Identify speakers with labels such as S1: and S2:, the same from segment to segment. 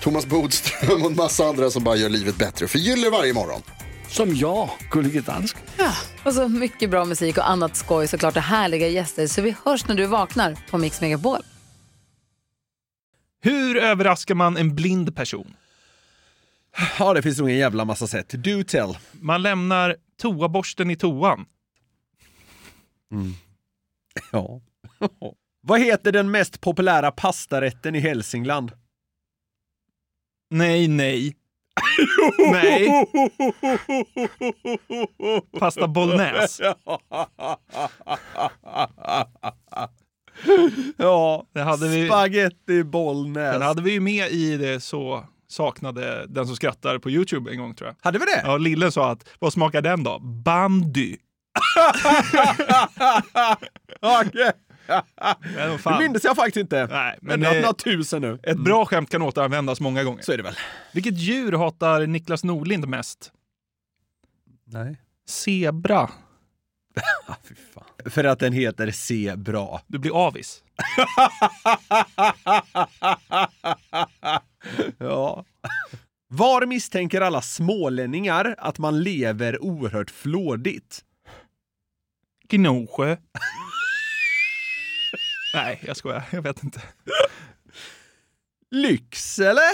S1: Thomas Bodström och en massa andra som bara gör livet bättre för gillar varje morgon.
S2: Som jag, Gullige Dansk.
S3: Och så mycket bra musik och annat skoj såklart och härliga gäster så vi hörs när du vaknar på Mix Megapol.
S4: Hur överraskar man en blind person?
S5: Ja, det finns nog en jävla massa sätt. Do tell.
S4: Man lämnar toaborsten i toan.
S5: Mm. Ja. Vad heter den mest populära pastarätten i Hälsingland?
S4: Nej, nej. nej. Pasta bolognese.
S5: ja,
S4: Det hade vi-
S5: spaghetti bolognese.
S4: Den
S5: Hade...
S4: hade vi ju med i det så saknade den som skrattar på Youtube en gång tror jag.
S5: vi det?
S4: Ja, Lille sa att, vad smakar den då? Bandy.
S5: Okej.
S4: Nej, vad
S5: Det
S4: fan.
S5: mindes jag faktiskt inte.
S4: Nej, men
S5: men jag
S4: det-
S5: har tusen nu.
S4: Ett bra skämt kan återanvändas många gånger.
S5: Så är det väl?
S4: Vilket djur hatar Niklas Norlind mest?
S5: Nej.
S4: Zebra.
S5: Fy fan. För att den heter Se bra.
S4: Du blir avis.
S5: ja. Var misstänker alla smålänningar att man lever oerhört flådigt?
S4: Gnosjö. Nej, jag skojar. Jag vet inte.
S5: Lycksele?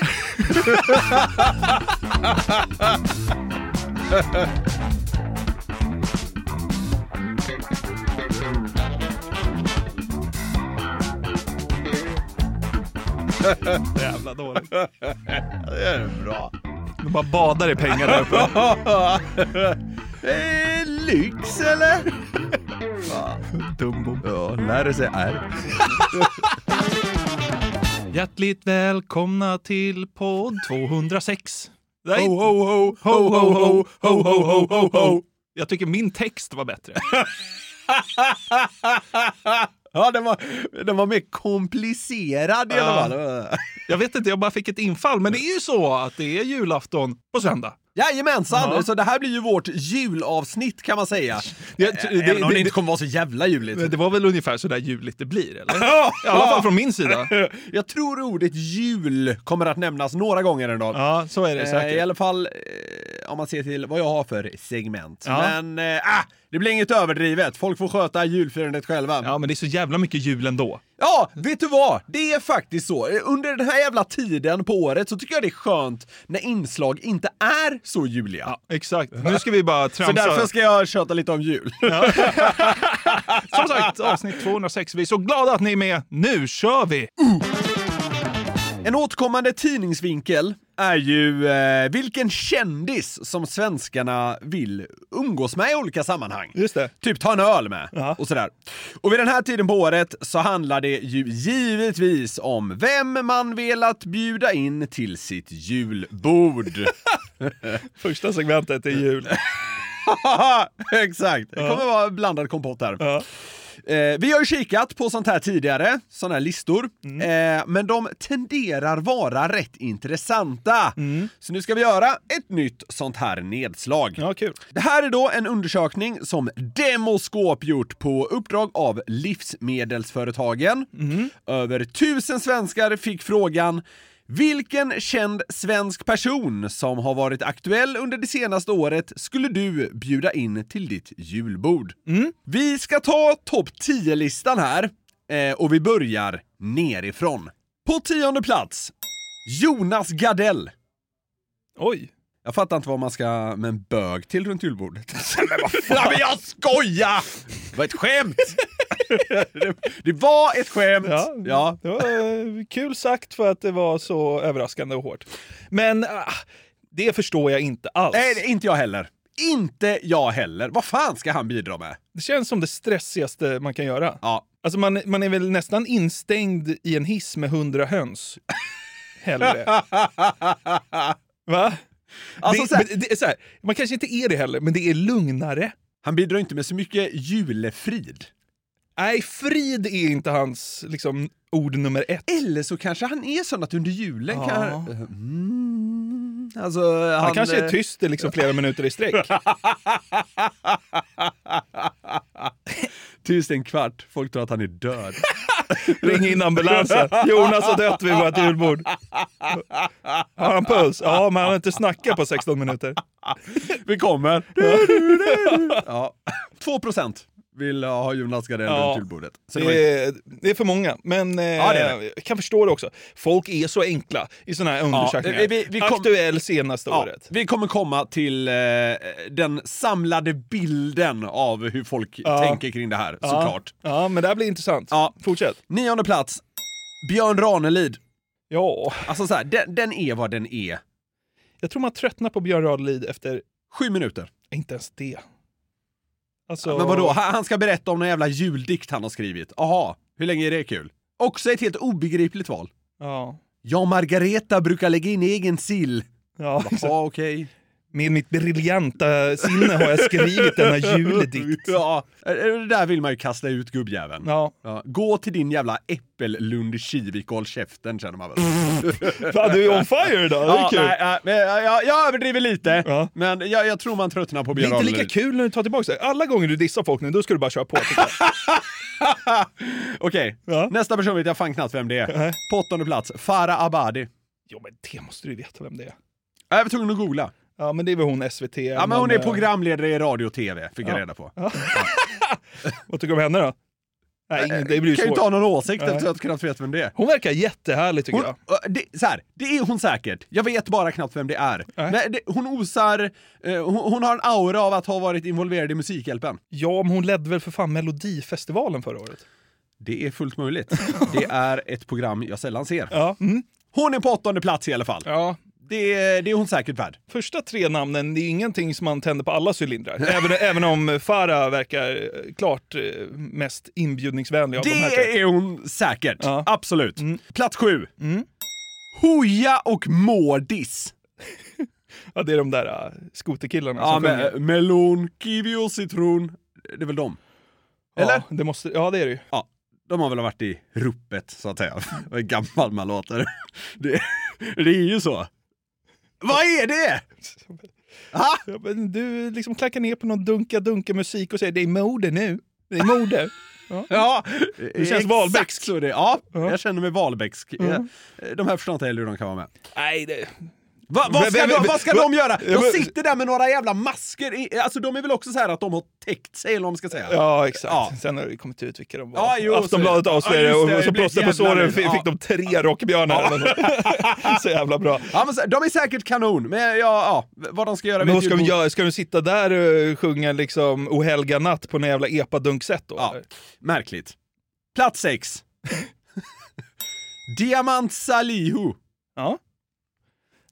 S4: Jävla dåligt.
S5: Det är bra.
S4: Du bara badar i pengar där uppe.
S5: Eh, Lycksele? Dumbo. Ja, lär sig är.
S4: Hjärtligt välkomna till podd 206. Nej.
S5: Ho, ho, ho, ho, ho, ho, ho, ho, ho, ho, ho.
S4: Jag tycker min text var bättre.
S5: Ja, den var, den var mer komplicerad i alla
S4: Ja.
S5: fall.
S4: Jag vet inte, jag bara fick ett infall. Men det är ju så att det är julafton på söndag.
S5: Jajamensan!
S4: Ja. Eh,
S5: Så det här blir ju vårt julavsnitt kan man säga.
S4: Jag-
S5: Ä-
S4: det-
S5: Även om
S4: det-
S5: det inte kommer vara så jävla juligt.
S4: Men Det var väl ungefär så där juligt det blir, eller? I alla fall från min sida.
S5: Jag tror ordet jul kommer att nämnas några gånger en dag.
S4: Ja, så är det
S5: Eh, I
S4: säkert.
S5: alla fall eh, om man ser till vad jag har för segment.
S4: Ja.
S5: Men eh, ah, det blir inget överdrivet. Folk får sköta julfirandet själva.
S4: Ja, men det är så jävla mycket jul ändå.
S5: Ja, vet du vad? Det är faktiskt så. Eh, Under den här jävla tiden på året så tycker jag det är skönt när inslag inte är så juliga.
S4: Ja, exakt. Nu ska vi bara
S5: Så
S4: tramsa.
S5: därför ska jag köta lite om jul.
S4: Som sagt, avsnitt 206. Vi är så glada att ni är med. Nu kör vi!
S5: En återkommande tidningsvinkel är ju eh, vilken kändis som svenskarna vill umgås med i olika sammanhang.
S4: Just det.
S5: Typ ta en öl med
S4: Ja.
S5: och sådär. Och vid den här tiden på året så handlar det ju givetvis om vem man velat bjuda in till sitt julbord.
S4: Första segmentet är jul.
S5: Haha, Exakt, det kommer vara blandad kompott här.
S4: Ja.
S5: Eh, vi har ju kikat på sånt här tidigare, såna här listor, eh, men de tenderar vara rätt intressanta. Så nu ska vi göra ett nytt sånt här nedslag.
S4: Ja, kul.
S5: Det här är då en undersökning som Demoskop gjort på uppdrag av Livsmedelsföretagen. Över tusen svenskar fick frågan vilken känd svensk person som har varit aktuell under det senaste året skulle du bjuda in till ditt julbord? Vi ska ta topp 10-listan här eh, och vi börjar nerifrån. På tionde plats, Jonas Gardell.
S4: Oj.
S5: Jag fattar inte vad man ska med en bög till runt julbordet. men vad fan, men jag skojar! Det var ett skämt! det, det var ett skämt!
S4: Ja,
S5: ja.
S4: Det var, eh, kul sagt för att det var så överraskande och hårt. Men ah, det förstår jag inte alls.
S5: Nej, det är inte jag heller. Inte jag heller. Vad fan ska han bidra med?
S4: Det känns som det stressigaste man kan göra.
S5: Ja.
S4: Alltså man, man är väl nästan instängd i en hiss med hundra höns. Hellre. Va?
S5: Alltså, så
S4: det,
S5: här-
S4: men det är så här, man kanske inte är det heller, men det är lugnare.
S5: Han bidrar inte med så mycket julefrid.
S4: Nej, frid är inte hans liksom, ord nummer ett.
S5: Eller så kanske han är sån att under julen
S4: Ja.
S5: kan... Mm, alltså, han,
S4: Han kanske är
S5: eh,
S4: tyst i liksom flera minuter i sträck.
S5: Tyst en kvart. Folk tror att han är död.
S4: Ring in ambulansen. Jonas har dött vid vårt julbord. Har han puls? Ja, men han har inte snackat på 16 minuter.
S5: Vi kommer. ja. 2 procent vill ha Jonas Gardell
S4: Ja.
S5: runt julbordet. Så det var ju-
S4: Det är, det är för många, men eh,
S5: Ja, det är
S4: jag kan förstå det också. Folk är så enkla i såna här undersökningar.
S5: vi- vi- vi kom-
S4: Aktuell senaste
S5: Ja,
S4: året.
S5: vi kommer komma till eh, den samlade bilden av hur folk tänker kring det här, såklart.
S4: Ja, men det här blir intressant.
S5: Ja.
S4: Fortsätt.
S5: Nionde plats, Björn Ranelid.
S4: Ja,
S5: Alltså så här, den, den är vad den är.
S4: jag tror man tröttnar på Björn Ranelid efter
S5: Sju minuter.
S4: inte ens det. Alltså,
S5: Men vadå, han han ska berätta om någon jävla juldikt han har skrivit. Aha, hur länge är det kul? Också ett helt obegripligt val.
S4: Ja,
S5: Ja, Margareta brukar lägga in egen sill.
S4: ja exakt.
S5: Ja, okej.
S4: Med mitt briljanta sinne har jag skrivit denna juledikt.
S5: Ja, det där vill man ju kasta ut gubbjäveln.
S4: Ja,
S5: Ja, gå till din jävla äppellund i Kivik och håll käften känner man väl.
S4: Fan, du är on fire idag, det är
S5: Ja,
S4: kul.
S5: nej, nej, men jag, jag, jag överdriver lite,
S4: Ja.
S5: men jag, jag tror man tröttnar på
S4: Det
S5: Björn
S4: är inte
S5: Ranelid.
S4: lika kul när du tar tillbaka det. Alla gånger du dissar folk nu, då ska du bara köra på. tycker jag.
S5: Okej,
S4: Ja.
S5: nästa person vet jag fan knappt vem det är.
S4: Nej.
S5: På åttonde plats, Farah Abadi.
S4: Jo, men det måste du ju veta vem det är.
S5: Jag var tvungen att googla.
S4: Ja, men det är väl hon SVT.
S5: Ja, men eh, hon är programledare i radio och tv, fick jag reda på.
S4: eh, Vad tycker du om henne då? Nej, ingen, det blir ju
S5: kan ju
S4: svårt.
S5: inte ha någon åsikt
S4: Nej.
S5: eftersom jag inte knappt vet vem det är.
S4: Hon verkar jättehärlig tycker
S5: Hon,
S4: jag.
S5: Ö, det, så här, det är hon säkert. Jag vet bara knappt vem det är.
S4: Nej.
S5: Nej, det, hon osar... Eh, hon, hon har en aura av att ha varit involverad i Musikhjälpen.
S4: Ja, men hon ledde väl för fan Melodifestivalen förra året?
S5: Det är fullt möjligt. Det är ett program jag sällan ser.
S4: Ja. Mm.
S5: Hon är på åttonde plats i alla fall.
S4: ja.
S5: Det, är- det är hon säkert värd.
S4: Första tre namnen, det är ingenting som man tänder på alla cylindrar. Även, även om Farah verkar eh, klart eh, mest inbjudningsvänlig av de här tre.
S5: Det är hon säkert.
S4: Ja. Mm.
S5: Absolut. Plats sju. Hooja och Mårdis.
S4: Ja, det är de där uh, skoterkillarna
S5: Ja,
S4: som sjunger.
S5: men, melon, kiwi och citron. Det är väl dem? eh,
S4: Ja, det, måste, ja, det är det ju.
S5: Ja, de har väl varit i ruppet så att säga. Vad gammal man låter. Det, det är ju så. Vad är det? Ha?
S4: Ja, men du liksom klackar ner på någon dunka-dunka-musik och säger det är mode nu. Det är mode.
S5: Ja,
S4: känns
S5: exakt
S4: Wahlbecksk.
S5: Så det, ja, jag känner mig Wahlbecksk. Jag- De här förstår inte heller hur de kan vara med.
S4: Nej, det...
S5: Va, vad, ska
S4: Men- men-
S5: de, vad ska
S4: men-
S5: de göra?
S4: Ja, men-
S5: De sitter där med några jävla masker. I, alltså de är väl också så här att de har täckt sig eller vad man ska säga.
S4: Ja, exakt.
S5: Ja.
S4: Sen har det kommit ut vilka de var.
S5: Ja, jo, så-
S4: Aftonbladet avslöjade
S5: Ja, just det,
S4: och så
S5: det blev
S4: plåster på
S5: ett jävla
S4: såren
S5: liv.
S4: fick,
S5: Ja.
S4: fick de tre rockbjörnar. eller något. så jävla bra.
S5: Ja, men så, de är säkert kanon, men ja, ja vad de ska göra
S4: Men
S5: vet
S4: vad
S5: ju
S4: ska de
S5: god-
S4: göra? Ska de sitta där och sjunga liksom O helga natt på någon jävla epadunksätt då?
S5: Ja,
S4: eller?
S5: märkligt. Plats sex. Diamant Salihu.
S4: ja.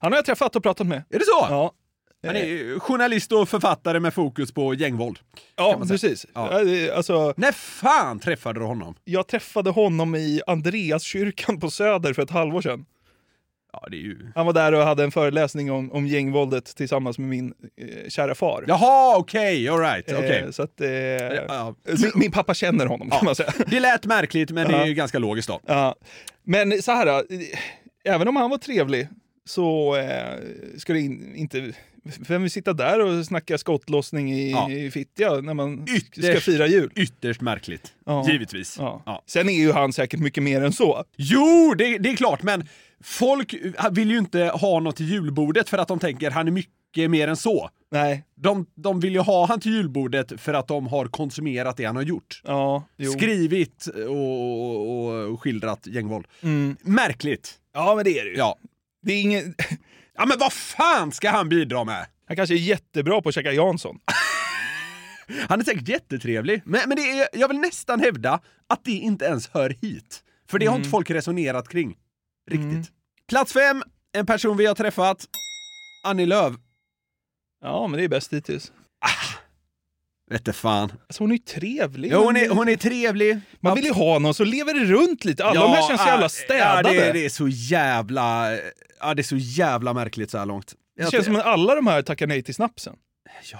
S4: Han har jag träffat och pratat med.
S5: Är det så?
S4: Ja, Eh,
S5: Han är ju journalist och författare med fokus på gängvåld.
S4: ja precis. Ja. det- Alltså,
S5: När fan träffade du honom?
S4: jag träffade honom i Andreaskyrkan på Söder för ett halvår sedan.
S5: Ja, det är ju...
S4: Han var där och hade en föreläsning om, om gängvåldet tillsammans med min eh, kära far.
S5: Jaha, okej, alright, okej.
S4: Eh, så att, eh,
S5: ja.
S4: min, min pappa känner honom kan man säga.
S5: Det lät märkligt, men det är ju ganska logiskt då.
S4: Ja. Men så här, eh, även om han var trevlig så eh, ska det in, inte... Vem vill sitta där och snacka skottlossning i,
S5: Ja.
S4: i Fittja när man
S5: Ytterst.
S4: ska fira jul?
S5: Ytterst märkligt,
S4: Ja.
S5: givetvis.
S4: Ja.
S5: Ja.
S4: Sen är ju han säkert mycket mer än så.
S5: Jo, det, det är klart, men folk eh, vill ju inte ha något till julbordet för att de tänker han är mycket mer än så.
S4: Nej,
S5: De, de vill ju ha han till julbordet för att de har konsumerat det han har gjort.
S4: ja, jo.
S5: Skrivit och, och, och skildrat gängvåld. Märkligt.
S4: Mm. Ja, men det är det ju.
S5: Ja.
S4: Det är ingen...
S5: Ja men vad fan ska han bidra med?
S4: Han kanske är jättebra på att käka Jansson.
S5: Han är säkert jättetrevlig, men, men det är, jag vill nästan hävda att det inte ens hör hit. För det har
S4: Mm.
S5: inte folk resonerat kring. Riktigt. Plats fem, en person vi har träffat. Annie Lööf.
S4: Ja, men det är bäst hittills.
S5: Vete fan.
S4: Alltså hon är ju trevlig.
S5: Ja, hon, är, hon är trevlig.
S4: Man vill ju ha någon som lever runt lite. Alla de här känns så jävla städade.
S5: Ja, det,
S4: det,
S5: är- det är så jävla... Ja, det är så jävla märkligt så här långt. Jag-
S4: känns som att alla de här tackar nej till snapsen.
S5: Ja.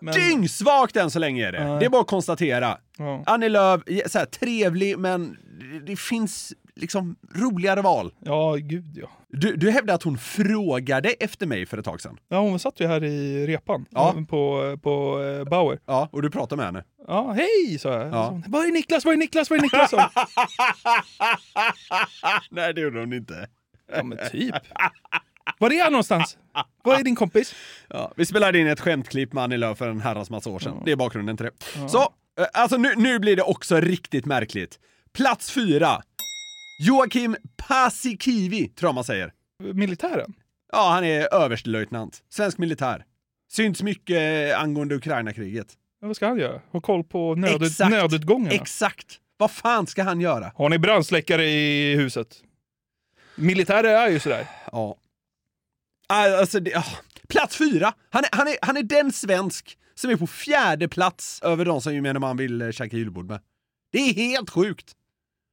S4: Men,
S5: Dyngsvagt än så länge är det.
S4: Nej.
S5: Det är bara att konstatera.
S4: Ja.
S5: Annie Lööf, ja, så här, trevlig, men det- det finns liksom roligare val.
S4: Ja, gud ja.
S5: Du, du hävdade att hon frågade efter mig för ett tag sedan.
S4: Ja, hon satt ju här i repan
S5: Ja.
S4: på, på eh, Bauer.
S5: Ja. Och du pratade med henne.
S4: Ja, hej, sa jag. Så hon, Var är Niklas? Var är Niklas? Var är Niklas? Så-
S5: Nej, det gjorde hon inte.
S4: ja, men typ. Var är han någonstans? Var är din kompis?
S5: Ja, vi spelade in ett skämtklipp med Annie Lööf för en herrans massa år sedan. Det är bakgrunden till det. Så, eh, alltså nu, nu blir det också riktigt märkligt. Plats fyra. Joakim Paasikivi, tror jag man säger.
S4: Militären?
S5: Ja, han är överstelöjtnant. Svensk militär. Syns mycket eh, angående Ukraina-kriget.
S4: Ja, vad ska han göra? Ha koll på nödut-
S5: Exakt.
S4: nödutgångarna?
S5: Exakt! Vad fan ska han göra?
S4: Har ni brandsläckare i huset? Militärer är ju sådär.
S5: Ja. Ah, Alltså, det, ah. Plats fyra! Han är, han, är, han är den svensk som är på fjärde plats över de som gemene man vill eh, käka julbord med. Det är helt sjukt!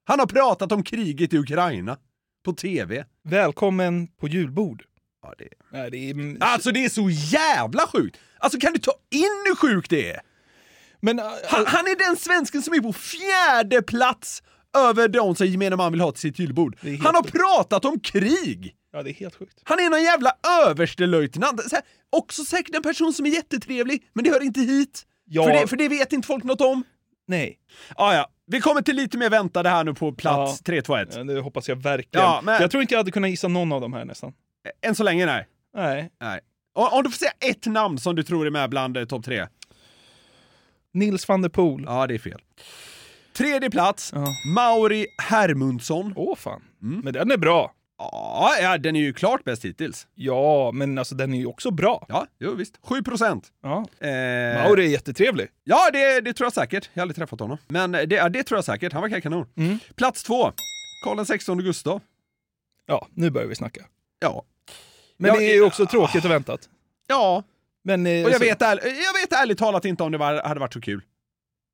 S5: Han har pratat om kriget i Ukraina. På TV.
S4: Välkommen på julbord.
S5: Ja, det...
S4: Nej, det är...
S5: Alltså det är så jävla sjukt! Alltså kan du ta in hur sjukt det är?
S4: Men, eh,
S5: Han, han är den svensken som är på fjärde plats över de som gemene man vill ha till sitt julbord.
S4: är helt
S5: Han har pratat om krig!
S4: ja, det är helt sjukt.
S5: Han är någon jävla överstelöjtnant. Så här, Också säkert en person som är jättetrevlig, men det hör inte hit.
S4: Ja.
S5: För, det, för det vet inte folk något om.
S4: Nej.
S5: Ah, ja. Vi kommer till lite mer väntade här nu på plats
S4: Ja.
S5: 3, 2, 1.
S4: Ja, Det hoppas jag verkligen.
S5: Ja, men-
S4: Jag tror inte jag hade kunnat gissa någon av de här nästan.
S5: Än så länge, nej.
S4: Nej.
S5: nej. Om, om du får säga ett namn som du tror är med bland eh, topp tre.
S4: Nils van der Poel.
S5: Ja, det är fel. Tredje plats,
S4: Ja.
S5: Mauri Hermundsson.
S4: Åh fan.
S5: Mm.
S4: Men den är bra.
S5: Ja, ja, den är ju klart bäst hittills.
S4: Ja, men alltså den är ju också bra.
S5: Ja, jo visst. 7 procent.
S4: Ja.
S5: Eh,
S4: Mauri är jättetrevlig.
S5: Ja, det, det tror jag säkert. Jag har aldrig träffat honom. Men det, ja, det tror jag säkert. Han verkar kanon. Plats två. Karl XVI Gustav.
S4: Ja, nu börjar vi snacka.
S5: Ja.
S4: Men
S5: Ja,
S4: det är ju också tråkigt och väntat.
S5: Ja,
S4: Men, eh,
S5: och jag
S4: så-
S5: vet, ärl- jag vet ärligt talat inte om det var, hade varit så kul.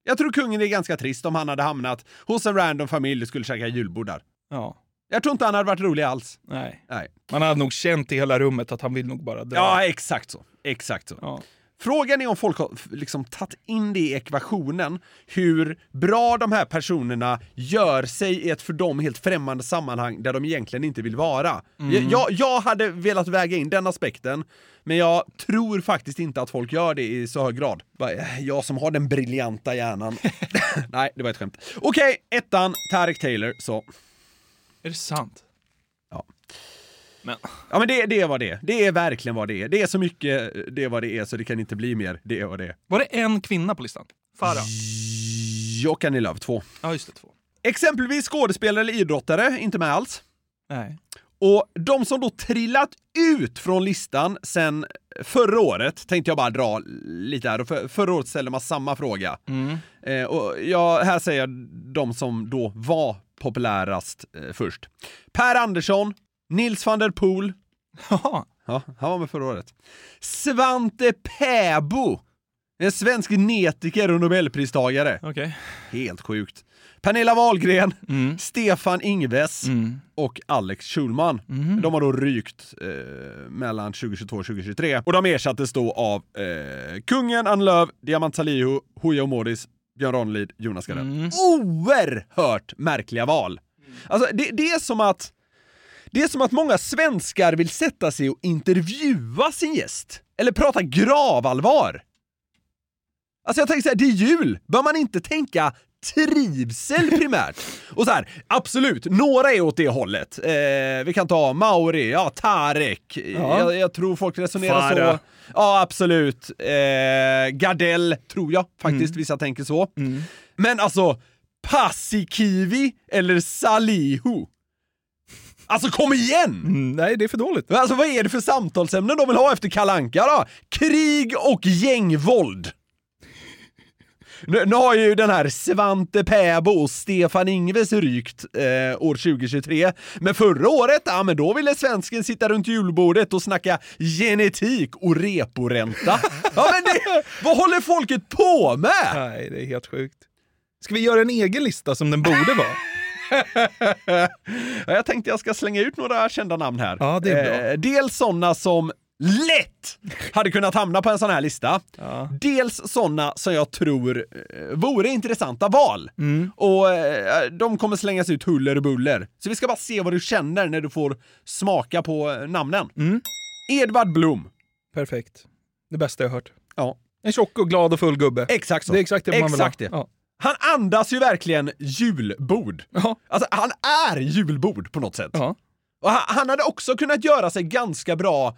S5: Jag tror kungen är ganska trist om han hade hamnat hos en random familj och skulle käka julbord där.
S4: Ja,
S5: Jag tror inte han hade varit rolig alls.
S4: nej.
S5: Nej.
S4: Man hade nog känt i hela rummet att han vill nog bara dra.
S5: Ja, exakt så. Exakt så.
S4: Ja.
S5: Frågan är om folk har f- liksom tagit in det i ekvationen, hur bra de här personerna gör sig i ett för dem helt främmande sammanhang där de egentligen inte vill vara. Jag, jag, jag hade velat väga in den aspekten, men jag tror faktiskt inte att folk gör det i så hög grad. Bara, eh, Jag som har den briljanta hjärnan. Nej, det var ett skämt. Okej, ettan, Tarek Taylor. Så.
S4: Är det sant?
S5: Ja.
S4: Men,
S5: Ja men det, det är vad det är. Det är verkligen vad det är. Det är så mycket, eh, det är vad det är, så det kan inte bli mer. Det är vad det är.
S4: var det en kvinna på listan? Farah?
S5: Jag kan i Love 2.
S4: Ja, just det. Två.
S5: Exempelvis skådespelare eller idrottare, inte med alls.
S4: Nej.
S5: Och de som då trillat ut från listan sen förra året, tänkte jag bara dra lite här, och för, förra året ställde man samma fråga. Eh, och jag, här säger jag de som då var populärast eh, först. Per Andersson, Nils van der Poel,
S4: Jaha.
S5: ja, han var med förra året. Svante Pääbo, en svensk genetiker och nobelpristagare.
S4: Okej.
S5: Helt sjukt. Pernilla Wahlgren, Stefan Ingves och Alex Schulman. De har då rykt eh, mellan 2022 och 2023. Och de ersattes då av eh, kungen, Ann Lööf, Diamant Salihu, Hooja Omodis, Björn Ranelid, Jonas Gardell. Oerhört märkliga val! Alltså, det, det är som att det är som att många svenskar vill sätta sig och intervjua sin gäst. Eller prata gravallvar. Alltså jag tänker så här, det är jul! Bör man inte tänka trivsel primärt? Och så här, absolut, några är åt det hållet. Eh, vi kan ta Mauri, ja, Tarek. Jag, jag tror folk resonerar
S4: Farah.
S5: så. Ja, absolut. Eh, Gardell, tror jag faktiskt, vissa tänker så. Men alltså, Paasikivi eller Salihu? Alltså kom igen!
S4: Mm, nej, det är för dåligt.
S5: Alltså vad är det för samtalsämnen de vill ha efter kalanka då? Krig och gängvåld. Nu, nu har ju den här Svante Pääbo och Stefan Ingves rykt eh, år 2023. Men förra året, ja men då ville svensken sitta runt julbordet och snacka genetik och reporänta. Ja men det, vad håller folket på med?
S4: Nej, det är helt sjukt. Ska vi göra en egen lista som den borde vara?
S5: Ja, jag tänkte jag ska slänga ut några kända namn här.
S4: Ja, det är bra.
S5: Eh, dels sådana som lätt hade kunnat hamna på en sån här lista. Dels sådana som jag tror eh, vore intressanta val.
S4: Mm.
S5: Och eh, de kommer slängas ut huller och buller. Så vi ska bara se vad du känner när du får smaka på eh, namnen.
S4: Mm.
S5: Edvard Blom.
S4: Perfekt. Det bästa jag hört.
S5: Ja,
S4: En tjock och glad och full gubbe.
S5: exakt så.
S4: Det är exakt det man vill
S5: Exakt
S4: ha.
S5: det.
S4: Ja.
S5: Han andas ju verkligen julbord.
S4: Ja.
S5: Alltså, han är julbord på något sätt.
S4: Ja.
S5: Och han, han hade också kunnat göra sig ganska bra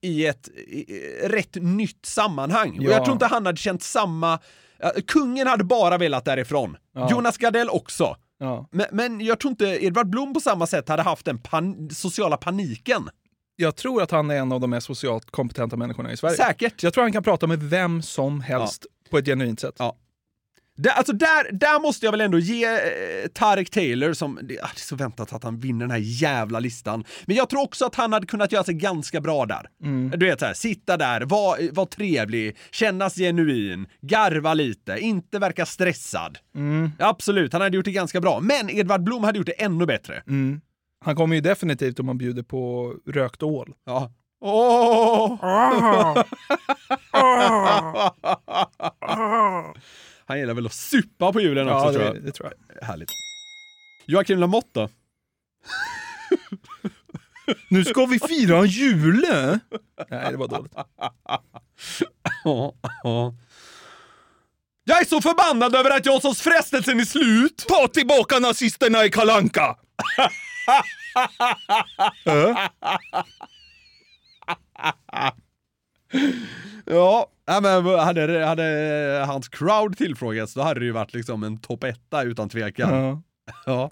S5: i ett i, i- rätt nytt sammanhang. Och
S4: Ja.
S5: jag tror inte han hade känt samma... ja, Kungen hade bara velat därifrån. Jonas Gardell också.
S4: Ja.
S5: Men, men jag tror inte Edvard Blom på samma sätt hade haft den pan, sociala paniken.
S4: Jag tror att han är en av de mest socialt kompetenta människorna i Sverige.
S5: Säkert.
S4: Jag tror han kan prata med vem som helst på ett genuint sätt.
S5: Ja. Där, alltså där, där måste jag väl ändå ge eh, Tarek Taylor, som, det, ah, det är så väntat att han vinner den här jävla listan. Men jag tror också att han hade kunnat göra sig ganska bra där. Du vet såhär, sitta där, vara var trevlig, kännas genuin, garva lite, inte verka stressad. Absolut, han hade gjort det ganska bra. Men Edvard Blom hade gjort det ännu bättre.
S4: Han kommer ju definitivt om man bjuder på rökt ål.
S5: Ja. Åh! Han gillar väl att supa på julen också tror jag.
S4: det, det tror jag.
S5: Härligt. Joakim Lamotte då?
S4: Nu ska vi fira en jule! Nej, det var dåligt.
S5: Jag är så förbannad över att Janssons frestelsen är slut!
S4: Ta tillbaka nazisterna i Kalanka!
S5: Äh? Ja, ja, men hade, hade hans crowd tillfrågats då hade det ju varit liksom en topp etta utan tvekan.
S4: Ja.
S5: Ja.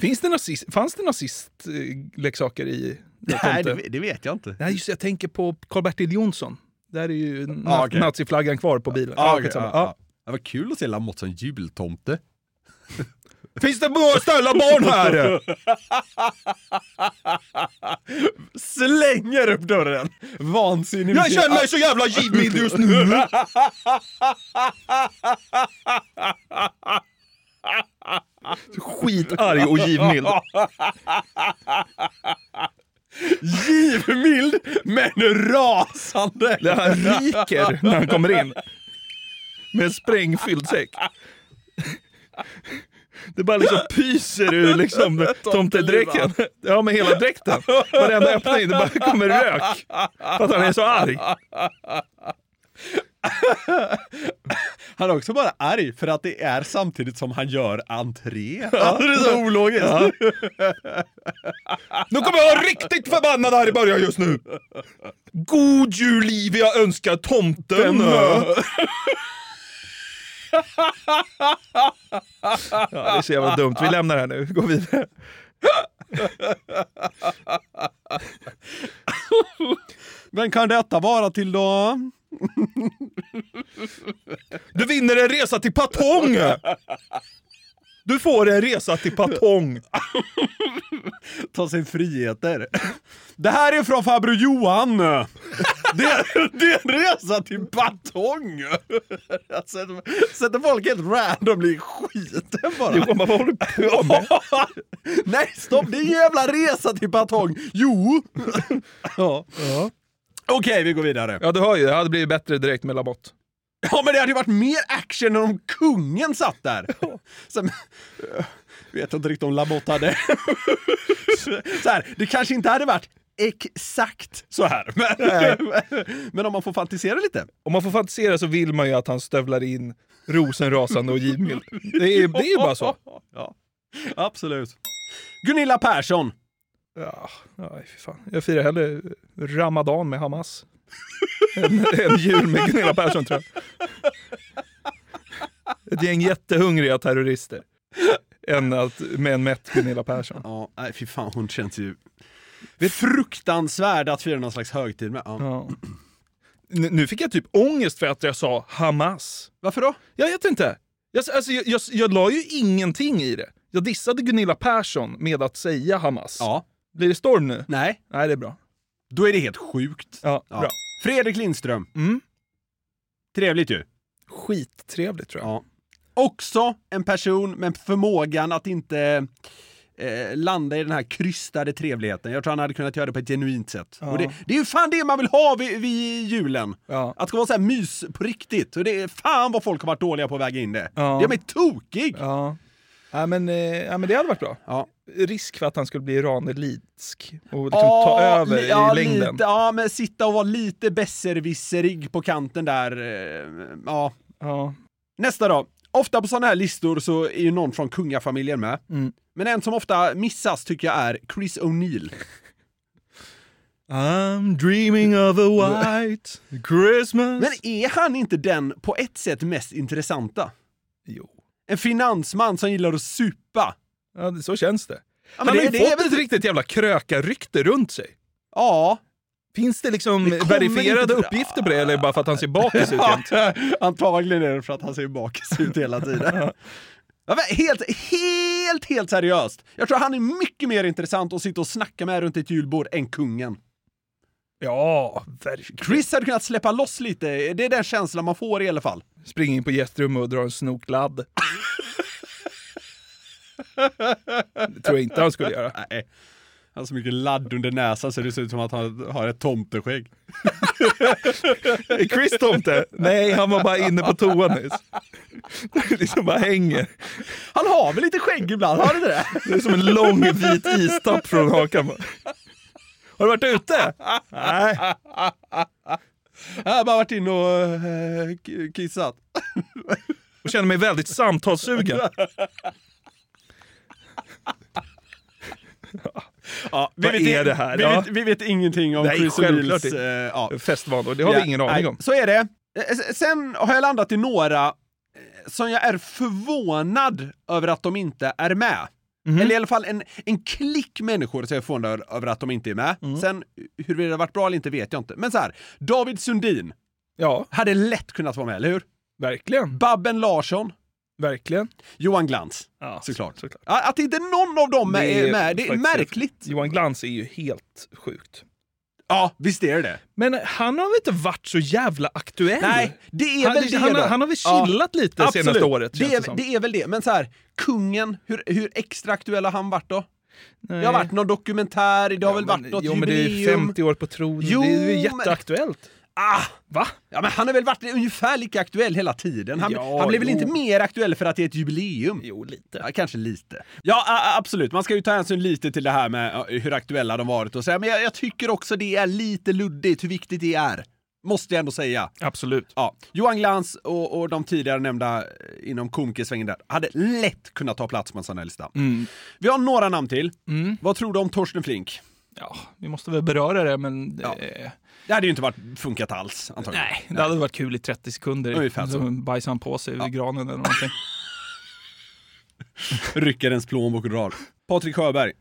S4: Finns det nazist, fanns det nazistleksaker i
S5: Nej,
S4: tomten?
S5: det, det vet jag inte.
S4: Nej, just det, jag tänker på Karl-Bertil Jonsson. Där är ju na-
S5: Ja, Ah, okej.
S4: naziflaggan kvar på bilen.
S5: Ja, okej,
S4: skitsamma.
S5: ja, ja. Det var kul att se Lamotte som jultomte.
S4: Finns det bara snälla barn här?
S5: Slänger upp dörren! Vansinnig
S4: Jag känner mig så jävla givmild just nu! Skitarg och givmild.
S5: givmild men rasande!
S4: Där han ryker när han kommer in. Med en sprängfylld säck. Det bara liksom pyser ur liksom tomtedräkten. Ja, men hela dräkten. Varenda öppning, det bara kommer rök. För att han är så arg.
S5: Han är också bara arg för att det är samtidigt som han gör entré. Alltså det är så ologiskt.
S4: Nu kommer jag vara riktigt förbannad här i början just nu. God jul, liv jag önskar tomten. Ja, det är så jävla dumt. Vi lämnar det här nu. Vi går vidare.
S5: Men kan detta vara till då?
S4: Du vinner en resa till Patong! Du får en resa till Patong.
S5: Ta sig friheter. Det här är från farbror Johan. Det är, det är en resa till Batong. Jag sätter, sätter folk helt randomly i skiten bara.
S4: Johan, vad håller du på med?
S5: Nej, stopp! Det är en jävla resa till Batong. Jo! ja. Okej, vi går vidare.
S4: Ja, du hör ju. Det hade blivit bättre direkt med Lamotte.
S5: Ja, men det hade ju varit mer action än om kungen satt där. Sen, vet inte riktigt om Lamotte hade... så här, det kanske inte hade varit exakt så här, men, men om man får fantisera lite.
S4: Om man får fantisera så vill man ju att han stövlar in rosenrasande och givmild. Det är, det är ju bara så.
S5: Ja, absolut. Gunilla Persson.
S4: Ja, nej, fy fan. Jag firar hellre ramadan med Hamas. än en jul med Gunilla Persson tror jag. Ett gäng jättehungriga terrorister. än att, med en mätt Gunilla Persson.
S5: Ja, nej fy fan, hon känns ju fruktansvärd att fira någon slags högtid med. Ja.
S4: Ja. Nu nu fick jag typ ångest för att jag sa Hamas.
S5: Varför då?
S4: Jag vet inte. Jag, alltså, jag, jag, jag la ju ingenting i det. Jag dissade Gunilla Persson med att säga Hamas.
S5: Ja,
S4: Blir det storm nu?
S5: nej,
S4: Nej, det är bra.
S5: då är det helt sjukt.
S4: Ja,
S5: Ja.
S4: bra.
S5: Fredrik Lindström.
S4: Mm.
S5: Trevligt ju.
S4: Skittrevligt tror jag.
S5: Ja. Också en person med förmågan att inte eh, landa i den här krystade trevligheten. Jag tror han hade kunnat göra det på ett genuint sätt. Och det, det är ju fan det man vill ha vid, vid julen!
S4: Ja.
S5: Att det ska vara så här mys på riktigt. Och det är fan vad folk har varit dåliga på att väga in det.
S4: Ja.
S5: Det är mig tokig!
S4: Ja. Ja, men, eh, ja, men det hade varit bra.
S5: Ja.
S4: Risk för att han skulle bli iranelitsk och liksom ta
S5: Ja,
S4: över
S5: li- ja,
S4: i längden.
S5: Lite, ja, men sitta och vara lite besserwisserig på kanten där. eh, Ja.
S4: Ja.
S5: Nästa då. Ofta på sådana här listor så är ju någon från kungafamiljen med.
S4: Mm.
S5: Men en som ofta missas tycker jag är Chris O'Neill.
S4: I'm dreaming of a white Christmas.
S5: Men är han inte den på ett sätt mest intressanta?
S4: Jo.
S5: En finansman som gillar att supa.
S4: Ja, det- så känns det.
S5: men
S4: han
S5: det-
S4: har ju
S5: det är
S4: fått
S5: väl typ-
S4: ett riktigt jävla krökarrykte runt sig.
S5: Ja.
S4: Finns det liksom
S5: Det kommer
S4: verifierade
S5: inte-
S4: uppgifter på det eller bara för att han ser bakis ut jämt?
S5: Antagligen är det för att han ser bakis ut hela tiden. Ja, men helt, helt, helt seriöst. Jag tror han är mycket mer intressant att sitta och snacka med runt ett julbord än kungen.
S4: Ja, verkligen.
S5: Chris hade kunnat släppa loss lite, det är den känslan man får i alla fall.
S4: Spring in på gästrum och dra en snokladd. Det tror jag inte han skulle göra.
S5: Nej. Han har så mycket ladd under näsan så det ser ut som att han har ett tomteskägg.
S4: Är Chris tomte? Nej, han var bara inne på toan nyss. liksom bara hänger.
S5: Han har väl lite skägg ibland, har du inte det?
S4: Det är som en lång vit istapp från hakan. bara. Har du varit ute? Nej.
S5: Jag har bara varit inne och eh, k- kissat.
S4: och känner mig väldigt samtalssugen.
S5: Ja, vi
S4: Vad
S5: vet-
S4: är det här?
S5: Vi,
S4: Ja.
S5: vet, vi vet ingenting om
S4: Nej,
S5: Chris
S4: självklart
S5: O'Neills...
S4: inte.
S5: eh, ja.
S4: Festvanor, det har vi
S5: Ja,
S4: ingen
S5: nej,
S4: aning om.
S5: Så är det. Eh, s- Sen har jag landat i några eh, som jag är förvånad över att de inte är med.
S4: Mhm.
S5: Eller i alla fall en, en klick människor som jag är förvånad över att de inte är med.
S4: Mm.
S5: Sen huruvida det har varit bra eller inte vet jag inte. Men så här, David Sundin
S4: Ja,
S5: hade lätt kunnat vara med, eller hur?
S4: verkligen.
S5: Babben Larsson,
S4: Verkligen.
S5: Johan Glans.
S4: Ja,
S5: såklart.
S4: såklart.
S5: Att att inte någon av dem är med, eh, det är
S4: faktiskt-
S5: märkligt.
S4: Johan Glans är ju helt sjukt.
S5: Ja, visst är det det.
S4: Men han har väl inte varit så jävla aktuell?
S5: Nej, det är
S4: Han,
S5: väl
S4: det,
S5: det
S4: han,
S5: då.
S4: har- han har väl
S5: Ja.
S4: chillat lite
S5: Absolut.
S4: senaste året, känns
S5: det
S4: det
S5: är,
S4: som.
S5: det är väl det. Men så här, kungen, hur, hur extra aktuell har han varit då?
S4: Nej.
S5: Det har varit någon dokumentär, det har väl
S4: Ja,
S5: varit
S4: men-
S5: något
S4: Jo, men det är
S5: jubileum.
S4: 50 år på tronen.
S5: Jo,
S4: det är ju
S5: men-
S4: jätteaktuellt.
S5: Ah,
S4: Va?
S5: ja, men han har väl varit ungefär lika aktuell hela tiden. Han,
S4: Ja,
S5: han blev väl
S4: jo.
S5: inte mer aktuell för att det är ett jubileum?
S4: Jo, lite.
S5: Ja, kanske lite. Ja, a- a- absolut. Man ska ju ta hänsyn lite till det här med ja, hur aktuella de varit och så här. Men jag, jag tycker också det är lite luddigt hur viktigt det är. Måste jag ändå säga.
S4: Absolut.
S5: Ja, Johan Glans och, och de tidigare nämnda eh, inom komikersvängen där hade lätt kunnat ta plats på en sån här lista.
S4: Mm.
S5: Vi har några namn till. Vad tror du om Torsten Flink?
S4: Ja, vi måste väl beröra det, men...
S5: Ja.
S4: Eh,
S5: Det hade ju inte varit funkat alls antagligen.
S4: nej, det hade varit kul i 30 sekunder.
S5: Ungefär så.
S4: Så bajsade han på sig vid granen eller någonting.
S5: Rycker ens plånbok och drar. Patrik Sjöberg.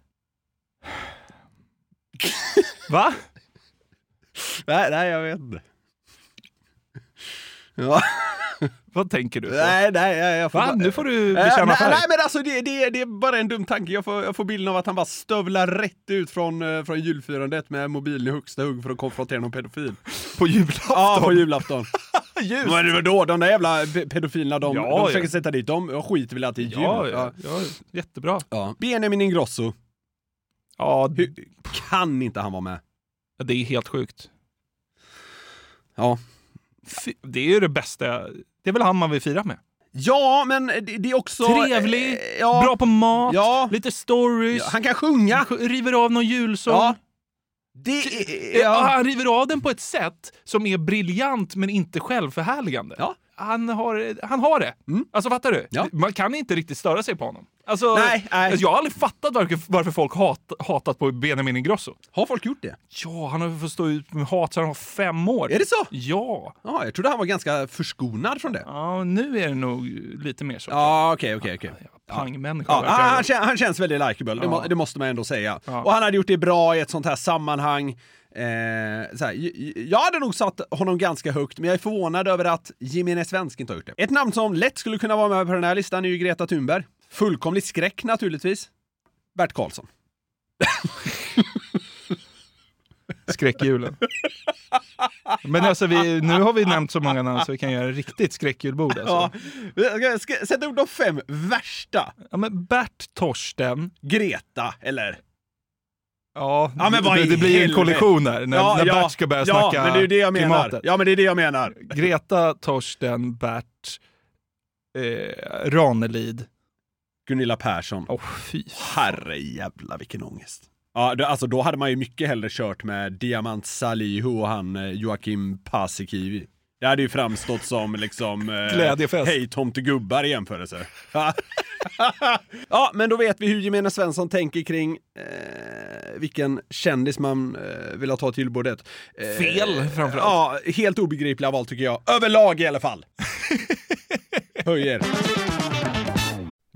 S4: Va?
S5: Nej, nej, jag vet inte. Ja,
S4: Vad tänker du på?
S5: nej, nej, jag, jag får...
S4: Va?
S5: bara-
S4: Nu får du
S5: Eh,
S4: bekänna
S5: nej,
S4: färg.
S5: nej, men alltså det, det, det är bara en dum tanke. Jag får, jag får bilden av att han bara stövlar rätt ut från, eh, från julfirandet med mobilen i högsta hugg för att konfrontera någon pedofil.
S4: På julafton?
S5: Ja, på julafton.
S4: Just.
S5: Men det var då, de där jävla pe- pedofilerna, de,
S4: Ja,
S5: de
S4: ja.
S5: försöker sätta dit dem. Jag skiter väl att det är jul.
S4: Ja, ja, ja, jättebra.
S5: Ja. Benjamin Ingrosso.
S4: Ja,
S5: Hur, kan inte han vara med?
S4: det är helt sjukt.
S5: Ja.
S4: Fy- Det är ju det bästa. Det är väl han man vill fira med.
S5: Ja, men det, det är också...
S4: Trevlig,
S5: eh, ja,
S4: bra på mat,
S5: Ja.
S4: lite stories.
S5: Ja, Han kan sjunga.
S4: Han river av någon julsång. Eh,
S5: Ja.
S4: Ja.
S5: Det är...
S4: Ja.
S5: Ja.
S4: Han river av den på ett sätt som är briljant men inte självförhärligande.
S5: Ja. Mm.
S4: han har, han har det. Alltså fattar du?
S5: Ja.
S4: Man kan inte riktigt störa sig på honom. Alltså,
S5: Nej, nej.
S4: Alltså, jag har aldrig fattat varför, varför folk hat, hatat på Benjamin Ingrosso.
S5: Har folk gjort det?
S4: Ja, han har fått stå ut med hat sedan han var fem år.
S5: Är det så?
S4: Ja.
S5: Ja, jag trodde han var ganska förskonad från det.
S4: ja, nu är det nog lite mer så.
S5: Ja, okej, okej, okej.
S4: Pangmänniska.
S5: Ja, Ah,
S4: verkar
S5: han,
S4: han.
S5: han, kän- han känns väldigt likeable, det, må, det måste man ändå säga.
S4: Ja.
S5: Och han hade gjort det bra i ett sånt här sammanhang. Eh, så här, j- j- jag hade nog satt honom ganska högt, men jag är förvånad över att gemene svensk inte har gjort det. Ett namn som lätt skulle kunna vara med på den här listan är ju Greta Thunberg. Fullkomlig skräck naturligtvis. Bert Karlsson.
S4: Skräckhjulen. Men alltså, vi, nu har vi nämnt så många namn så vi kan göra ett riktigt skräckhjulbord.
S5: Ja.
S4: Alltså.
S5: Jag ska sätta upp de fem värsta.
S4: Ja, men Bert Torsten.
S5: Greta, eller?
S4: Ja,
S5: Ja, men vad
S4: det,
S5: i
S4: det blir ju
S5: helvete?
S4: en kollision där när, när Bert ska börja
S5: ja,
S4: snacka
S5: men det är ju det jag menar.
S4: klimatet.
S5: Ja, men det är det jag menar.
S4: Greta, Torsten, Bert, eh, Ranelid.
S5: Gunilla Persson.
S4: Åh, fy.
S5: Herre jävla vilken ångest. Ja, då, alltså då hade man ju mycket hellre kört med Diamant Salihu och han eh, Joakim Paasikivi. Det hade ju framstått som liksom... Eh,
S4: Glädjefest.
S5: Hej tomtegubbar i jämförelse. ja, men då vet vi hur gemene Svensson tänker kring eh, vilken kändis man eh, vill ha tagit till julbordet. Eh,
S4: Fel, framförallt.
S5: Ja, helt obegripliga val tycker jag. Överlag i alla fall. Höj er.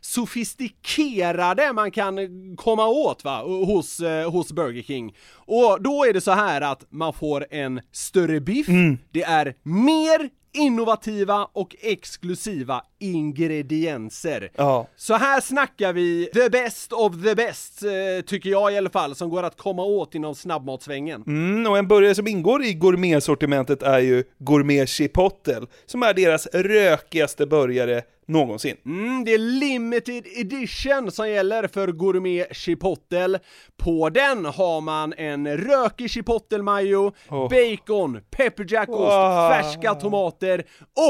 S5: sofistikerade man kan komma åt va, hos, eh, hos Burger King. Och då är det så här att man får en större biff, det är mer innovativa och exklusiva ingredienser.
S6: Ja.
S5: Så här snackar vi the best of the best, eh, tycker jag i alla fall, som går att komma åt inom snabbmatsvängen.
S6: Mm, och en burgare som ingår i gourmetsortimentet är ju Gourmet Chipotle, som är deras rökigaste burgare någonsin.
S5: Mm, det är limited edition som gäller för gourmet chipotle. På den har man en rökig chipotle-majo, bacon, pepperjackost,
S6: Wow.
S5: färska tomater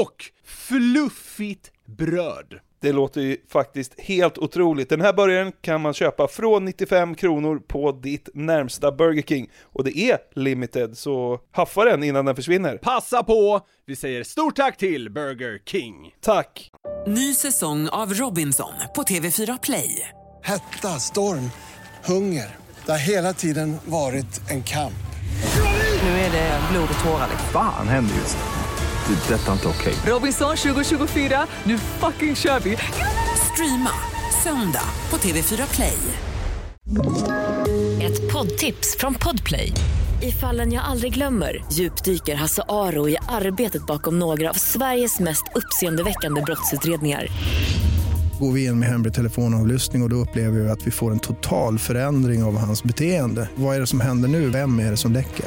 S5: och fluffigt bröd.
S6: Det låter ju faktiskt helt otroligt. Den här burgaren kan man köpa från 95 kronor på ditt närmsta Burger King. Och det är limited, så haffa den innan den försvinner.
S5: Passa på! Vi säger stort tack till Burger King.
S6: Tack!
S7: Ny säsong av Robinson på TV4 Play.
S8: Hetta, storm, hunger. Det har hela tiden varit en kamp.
S7: Nu är det blod och tårar.
S9: Fan händer just det. Det är detta inte okej.
S7: Robinson 2024, nu fucking kör vi! Streama söndag på TV4 Play.
S10: Ett poddtips från Podplay. I fallen jag aldrig glömmer djupdyker Hasse Aro i arbetet bakom några av Sveriges mest uppseendeväckande brottsutredningar.
S11: Går vi in med hemlig telefonavlyssning och, och då upplever vi att vi får en total förändring av hans beteende. Vad är det som händer nu? Vem är det som läcker?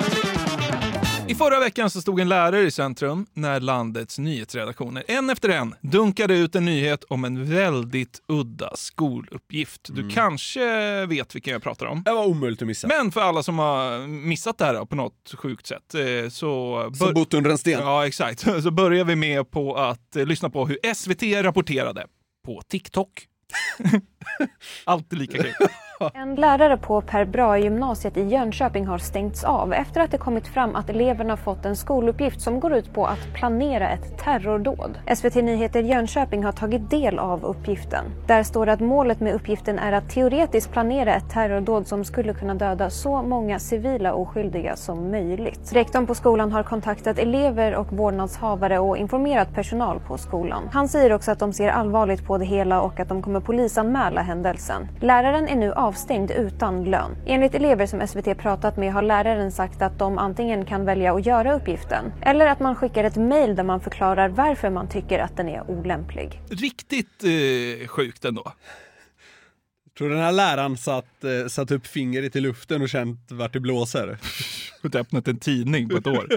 S4: I förra veckan så stod en lärare i centrum när landets nyhetsredaktioner en efter en dunkade ut en nyhet om en väldigt udda skoluppgift. Du
S6: Mm.
S4: kanske vet vilken jag pratar om.
S5: Det var omöjligt att missa.
S4: Men för alla som har missat det här på något sjukt sätt eh, så... bör-
S5: Som bott under en sten.
S4: Ja, exakt. Så börjar vi med på att eh, lyssna på hur SVT rapporterade på TikTok. Alltid lika kul.
S10: En lärare på Per Brahe-gymnasiet i Jönköping har stängts av efter att det kommit fram att eleverna fått en skoluppgift som går ut på att planera ett terrordåd. SVT Nyheter Jönköping har tagit del av uppgiften. Där står det att målet med uppgiften är att teoretiskt planera ett terrordåd som skulle kunna döda så många civila oskyldiga som möjligt. Rektorn på skolan har kontaktat elever och vårdnadshavare och informerat personal på skolan. Han säger också att de ser allvarligt på det hela och att de kommer polisanmäla händelsen. Läraren är nu avstängd utan lön. Enligt elever som SVT pratat med har läraren sagt att de antingen kan välja att göra uppgiften eller att man skickar ett mejl där man förklarar varför man tycker att den är olämplig.
S4: Riktigt eh, sjukt ändå.
S5: Tror du den här läraren satt, eh, satt upp fingret i luften och känt vart det blåser?
S4: inte öppnat en tidning på ett år.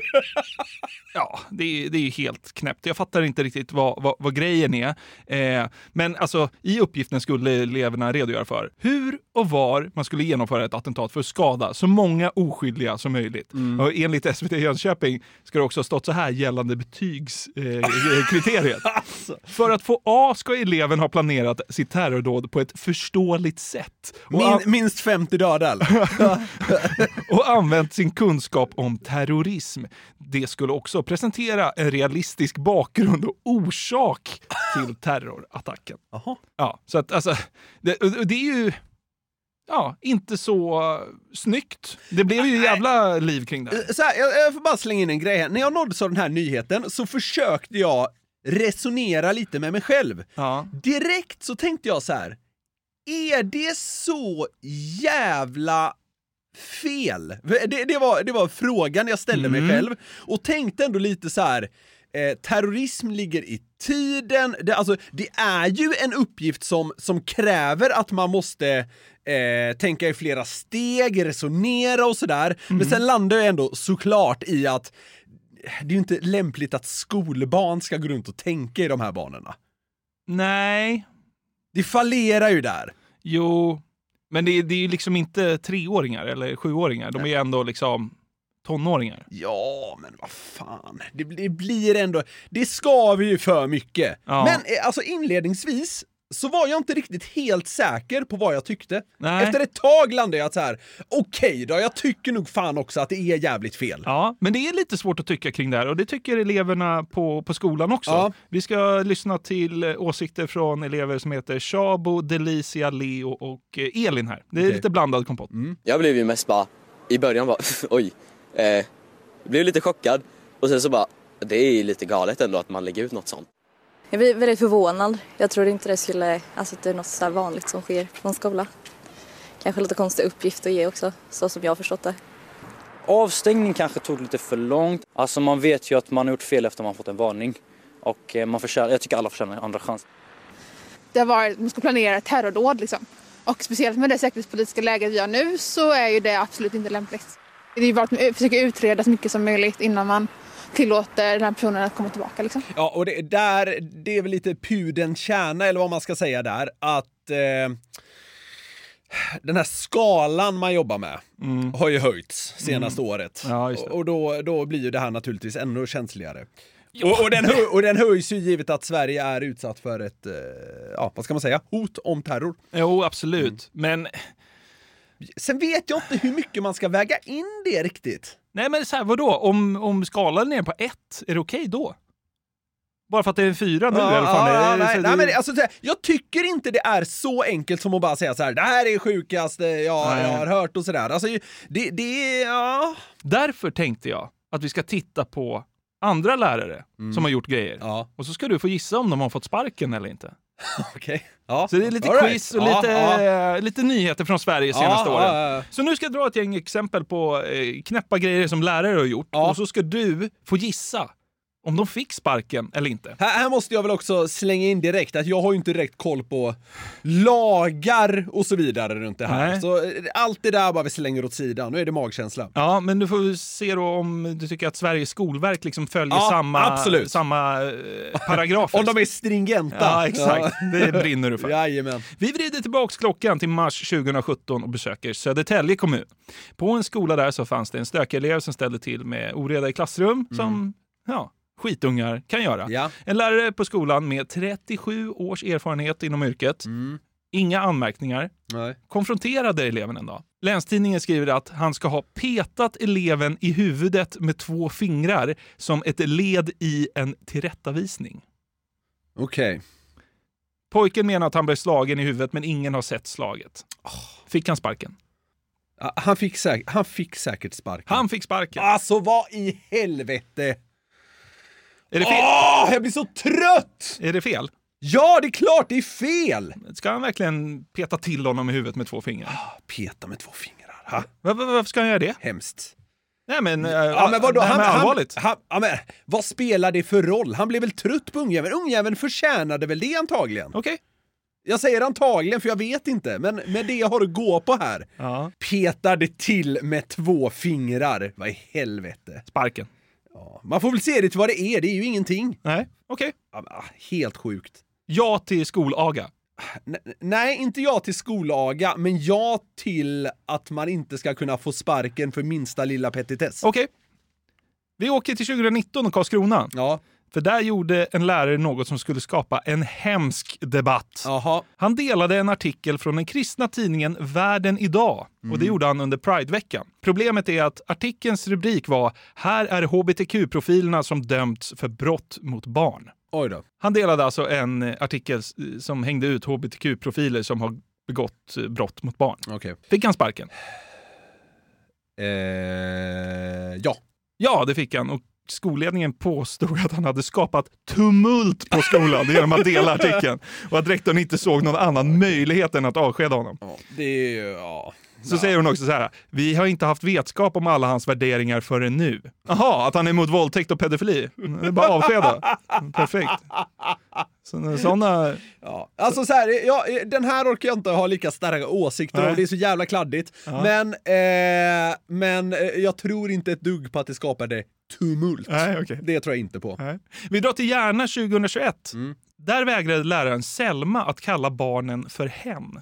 S4: Ja, det är, det är ju helt knäppt. Jag fattar inte riktigt vad, vad, vad grejen är. Eh, men alltså, i uppgiften skulle eleverna redogöra för hur och var man skulle genomföra ett attentat för att skada så många oskyldiga som möjligt.
S6: Mm.
S4: Och enligt SVT Jönköping ska det också ha stått så här gällande betygskriteriet. Eh, kriteriet.
S5: Alltså.
S4: För att få A ska eleven ha planerat sitt terrordåd på ett förståeligt sätt. Och
S5: Min,
S4: an-
S5: minst 50 döda eller?
S4: och använt sin kunskap om terrorism. Det skulle också presentera en realistisk bakgrund och orsak till terrorattacken. Ja, så att alltså, det, och det är ju ja, inte så eh, snyggt. Det blev ju jävla liv kring det här.
S5: Eh, Så här, jag, jag får bara slänga in en grej här. När jag nåddes av den här nyheten så försökte jag resonera lite med mig själv. Direkt så tänkte jag så här. Är det så jävla fel? Det, det, var, det var frågan jag ställde mig
S6: Mm.
S5: själv och tänkte ändå lite så här. Eh, terrorism ligger i tiden. Det, alltså, det är ju en uppgift som, som kräver att man måste eh, tänka i flera steg, resonera och sådär. Men sen landar jag ändå såklart i att det är ju inte lämpligt att skolbarn ska gå runt och tänka i de här banorna.
S4: Nej.
S5: Det fallerar ju där.
S4: Jo, men det, det är ju liksom inte treåringar eller sjuåringar. De är ju ändå liksom tonåringar.
S5: Ja, men vad fan. Det, det blir ändå... Det skaver ju för mycket.
S4: Ja.
S5: Men eh, alltså inledningsvis så var jag inte riktigt helt säker på vad jag tyckte.
S4: Nej.
S5: Efter ett tag landade jag så här. okej då, jag tycker nog fan också att det är jävligt fel.
S4: Ja, men det är lite svårt att tycka kring det här och det tycker eleverna på, på skolan också.
S5: Ja.
S4: Vi ska lyssna till eh, åsikter från elever som heter Shabo, Delicia, Leo och eh, Elin här. Det är
S12: Okej.
S4: lite blandad kompott.
S5: Mm.
S12: Jag blev ju mest bara, i början bara, oj. Eh, blev lite chockad och sen så bara, det är ju lite galet ändå att man lägger ut något sånt.
S13: Jag blev väldigt förvånad. Jag trodde inte det skulle, alltså att det är något så här vanligt som sker på en skola. Kanske lite konstig uppgift att ge också, så som jag har förstått det.
S14: Avstängning kanske tog lite för långt. Alltså man vet ju att man har gjort fel efter man fått en varning. Och eh, man förtjänar, jag tycker alla förtjänar en andra chans.
S15: det har varit, man ska planera ett terrordåd. Liksom. Och speciellt med det säkerhetspolitiska läget vi har nu så är ju det absolut inte lämpligt. Det är ju bara att man försöker utreda så mycket som möjligt innan man tillåter den här personen att komma tillbaka. Liksom.
S5: Ja, och det, där, det är väl lite pudelns kärna, eller vad man ska säga där, att eh, den här skalan man jobbar med har ju höjts senaste året. och och då, då blir ju det här naturligtvis ännu känsligare. Och, och, den, hö- och den höjs ju givet att Sverige är utsatt för ett, eh, ja, vad ska man säga, hot om terror.
S4: Jo, absolut,
S5: Mm.
S4: men...
S5: Sen vet jag inte hur mycket man ska väga in det riktigt.
S4: Nej, men så här, vadå? Om, om skalan är på ett, är det okej då? Bara för att det är en fyra nu? eller fan, det är-
S5: nej,
S4: så
S5: nej,
S4: det-
S5: men det- alltså, så här, jag tycker inte det är så enkelt som att bara säga så här, det här är sjukaste jag,
S4: Nej.
S5: jag har hört och sådär. Alltså, det, det är, ja.
S4: Därför tänkte jag att vi ska titta på andra lärare
S5: Mm.
S4: som har gjort grejer. Och så ska du få gissa om de har fått sparken eller inte.
S5: Okej.
S4: Så det är lite
S5: All right.
S4: quiz och
S5: Ja,
S4: lite,
S5: ja.
S4: eh, lite nyheter från Sverige senaste
S5: Ja,
S4: åren.
S5: ja, ja.
S4: Så nu ska jag dra ett gäng exempel på eh, knäppa grejer som lärare har gjort och så ska du få gissa om de fick sparken eller inte.
S5: Här, här måste jag väl också slänga in direkt att jag har ju inte direkt koll på lagar och så vidare runt det här.
S4: Nej.
S5: Så eh, allt det där bara vi slänger åt sidan, nu är det magkänsla.
S4: Ja, men du får vi se då om du tycker att Sveriges skolverk liksom följer
S5: Ja,
S4: samma,
S5: absolut.
S4: samma eh, paragrafer.
S5: Om de är stringenta.
S4: Ja, exakt.
S5: Ja.
S4: Det brinner du för.
S5: Jajamän.
S4: Vi vrider tillbaka klockan till mars 2017 och besöker Södertälje kommun. På en skola där så fanns det en stökig elev som ställde till med oreda i klassrum som ja, skitungar kan göra. En lärare på skolan med 37 års erfarenhet inom yrket,
S5: Mm.
S4: inga anmärkningar, konfronterade eleven en dag. Länstidningen skriver att han ska ha petat eleven i huvudet med två fingrar som ett led i en tillrättavisning.
S5: Okej.
S4: Pojken menar att han blev slagen i huvudet men ingen har sett slaget. Fick han sparken?
S5: Ja, Ah, Han fick, säk- han fick säkert sparken.
S4: Han fick sparken.
S5: Alltså vad i helvete!
S4: Är det fel?
S5: Åh, jag blir så trött!
S4: Är det fel?
S5: Ja, det är klart det är fel!
S4: Ska han verkligen peta till honom i huvudet med två fingrar?
S5: Peta med två fingrar.
S4: Varför, varför ska han göra det?
S5: Hemskt.
S4: Nej men, eh,
S5: Ja, men vadå?
S4: det här
S5: Han,
S4: med
S5: han,
S4: allvarligt.
S5: han, ja, men, vad spelar det för roll? Han blev väl trött på ungjäveln? Ungjäveln förtjänade väl det antagligen?
S4: Okej.
S5: Jag säger antagligen, för jag vet inte, men med det jag har att gå på här. Petar det till med två fingrar. Vad i helvete?
S4: Sparken.
S5: Ja, man får väl se det till vad det är, det är ju ingenting. ah,
S4: Nej, okej.
S5: helt sjukt.
S4: Ja till skolaga.
S5: Nej, inte ja till skolaga, men ja till att man inte ska kunna få sparken för minsta lilla petitess.
S4: Okej. Vi åker till 2019 och Karlskrona.
S5: Ja.
S4: För där gjorde en lärare något som skulle skapa en hemsk debatt. Han delade en artikel från den kristna tidningen Världen idag. Och det gjorde han under Prideveckan. Problemet är att artikelns rubrik var “Här är hbtq-profilerna som dömts för brott mot barn”.
S5: Oj då.
S4: Han delade alltså en eh, artikel s- som hängde ut hbtq-profiler som har begått eh, brott mot barn.
S5: Okej.
S4: Fick han sparken?
S5: ja.
S4: Eh, Ja, det fick han. Och skolledningen påstod att han hade skapat tumult på skolan genom att dela artikeln. Och att rektorn inte såg någon annan möjlighet än att avskeda honom.
S5: Det är ju, ja.
S4: Så säger hon också så här, vi har inte haft vetskap om alla hans värderingar förrän nu. Jaha, att han är emot våldtäkt och pedofili? Mm, Det är bara att avskeda. Mm, Perfekt. Så, såna...
S5: Ja. Alltså så här, ja, den här orkar jag inte ha lika starka åsikter
S4: Nej.
S5: om, det är så jävla kladdigt.
S4: Ja.
S5: Men, eh, men eh, jag tror inte ett dugg på att det skapade tumult.
S4: Nej, okej.
S5: Det tror jag inte på.
S4: Vi drar till Järna 2021.
S5: Mm.
S4: Där vägrade läraren Selma att kalla barnen för hen.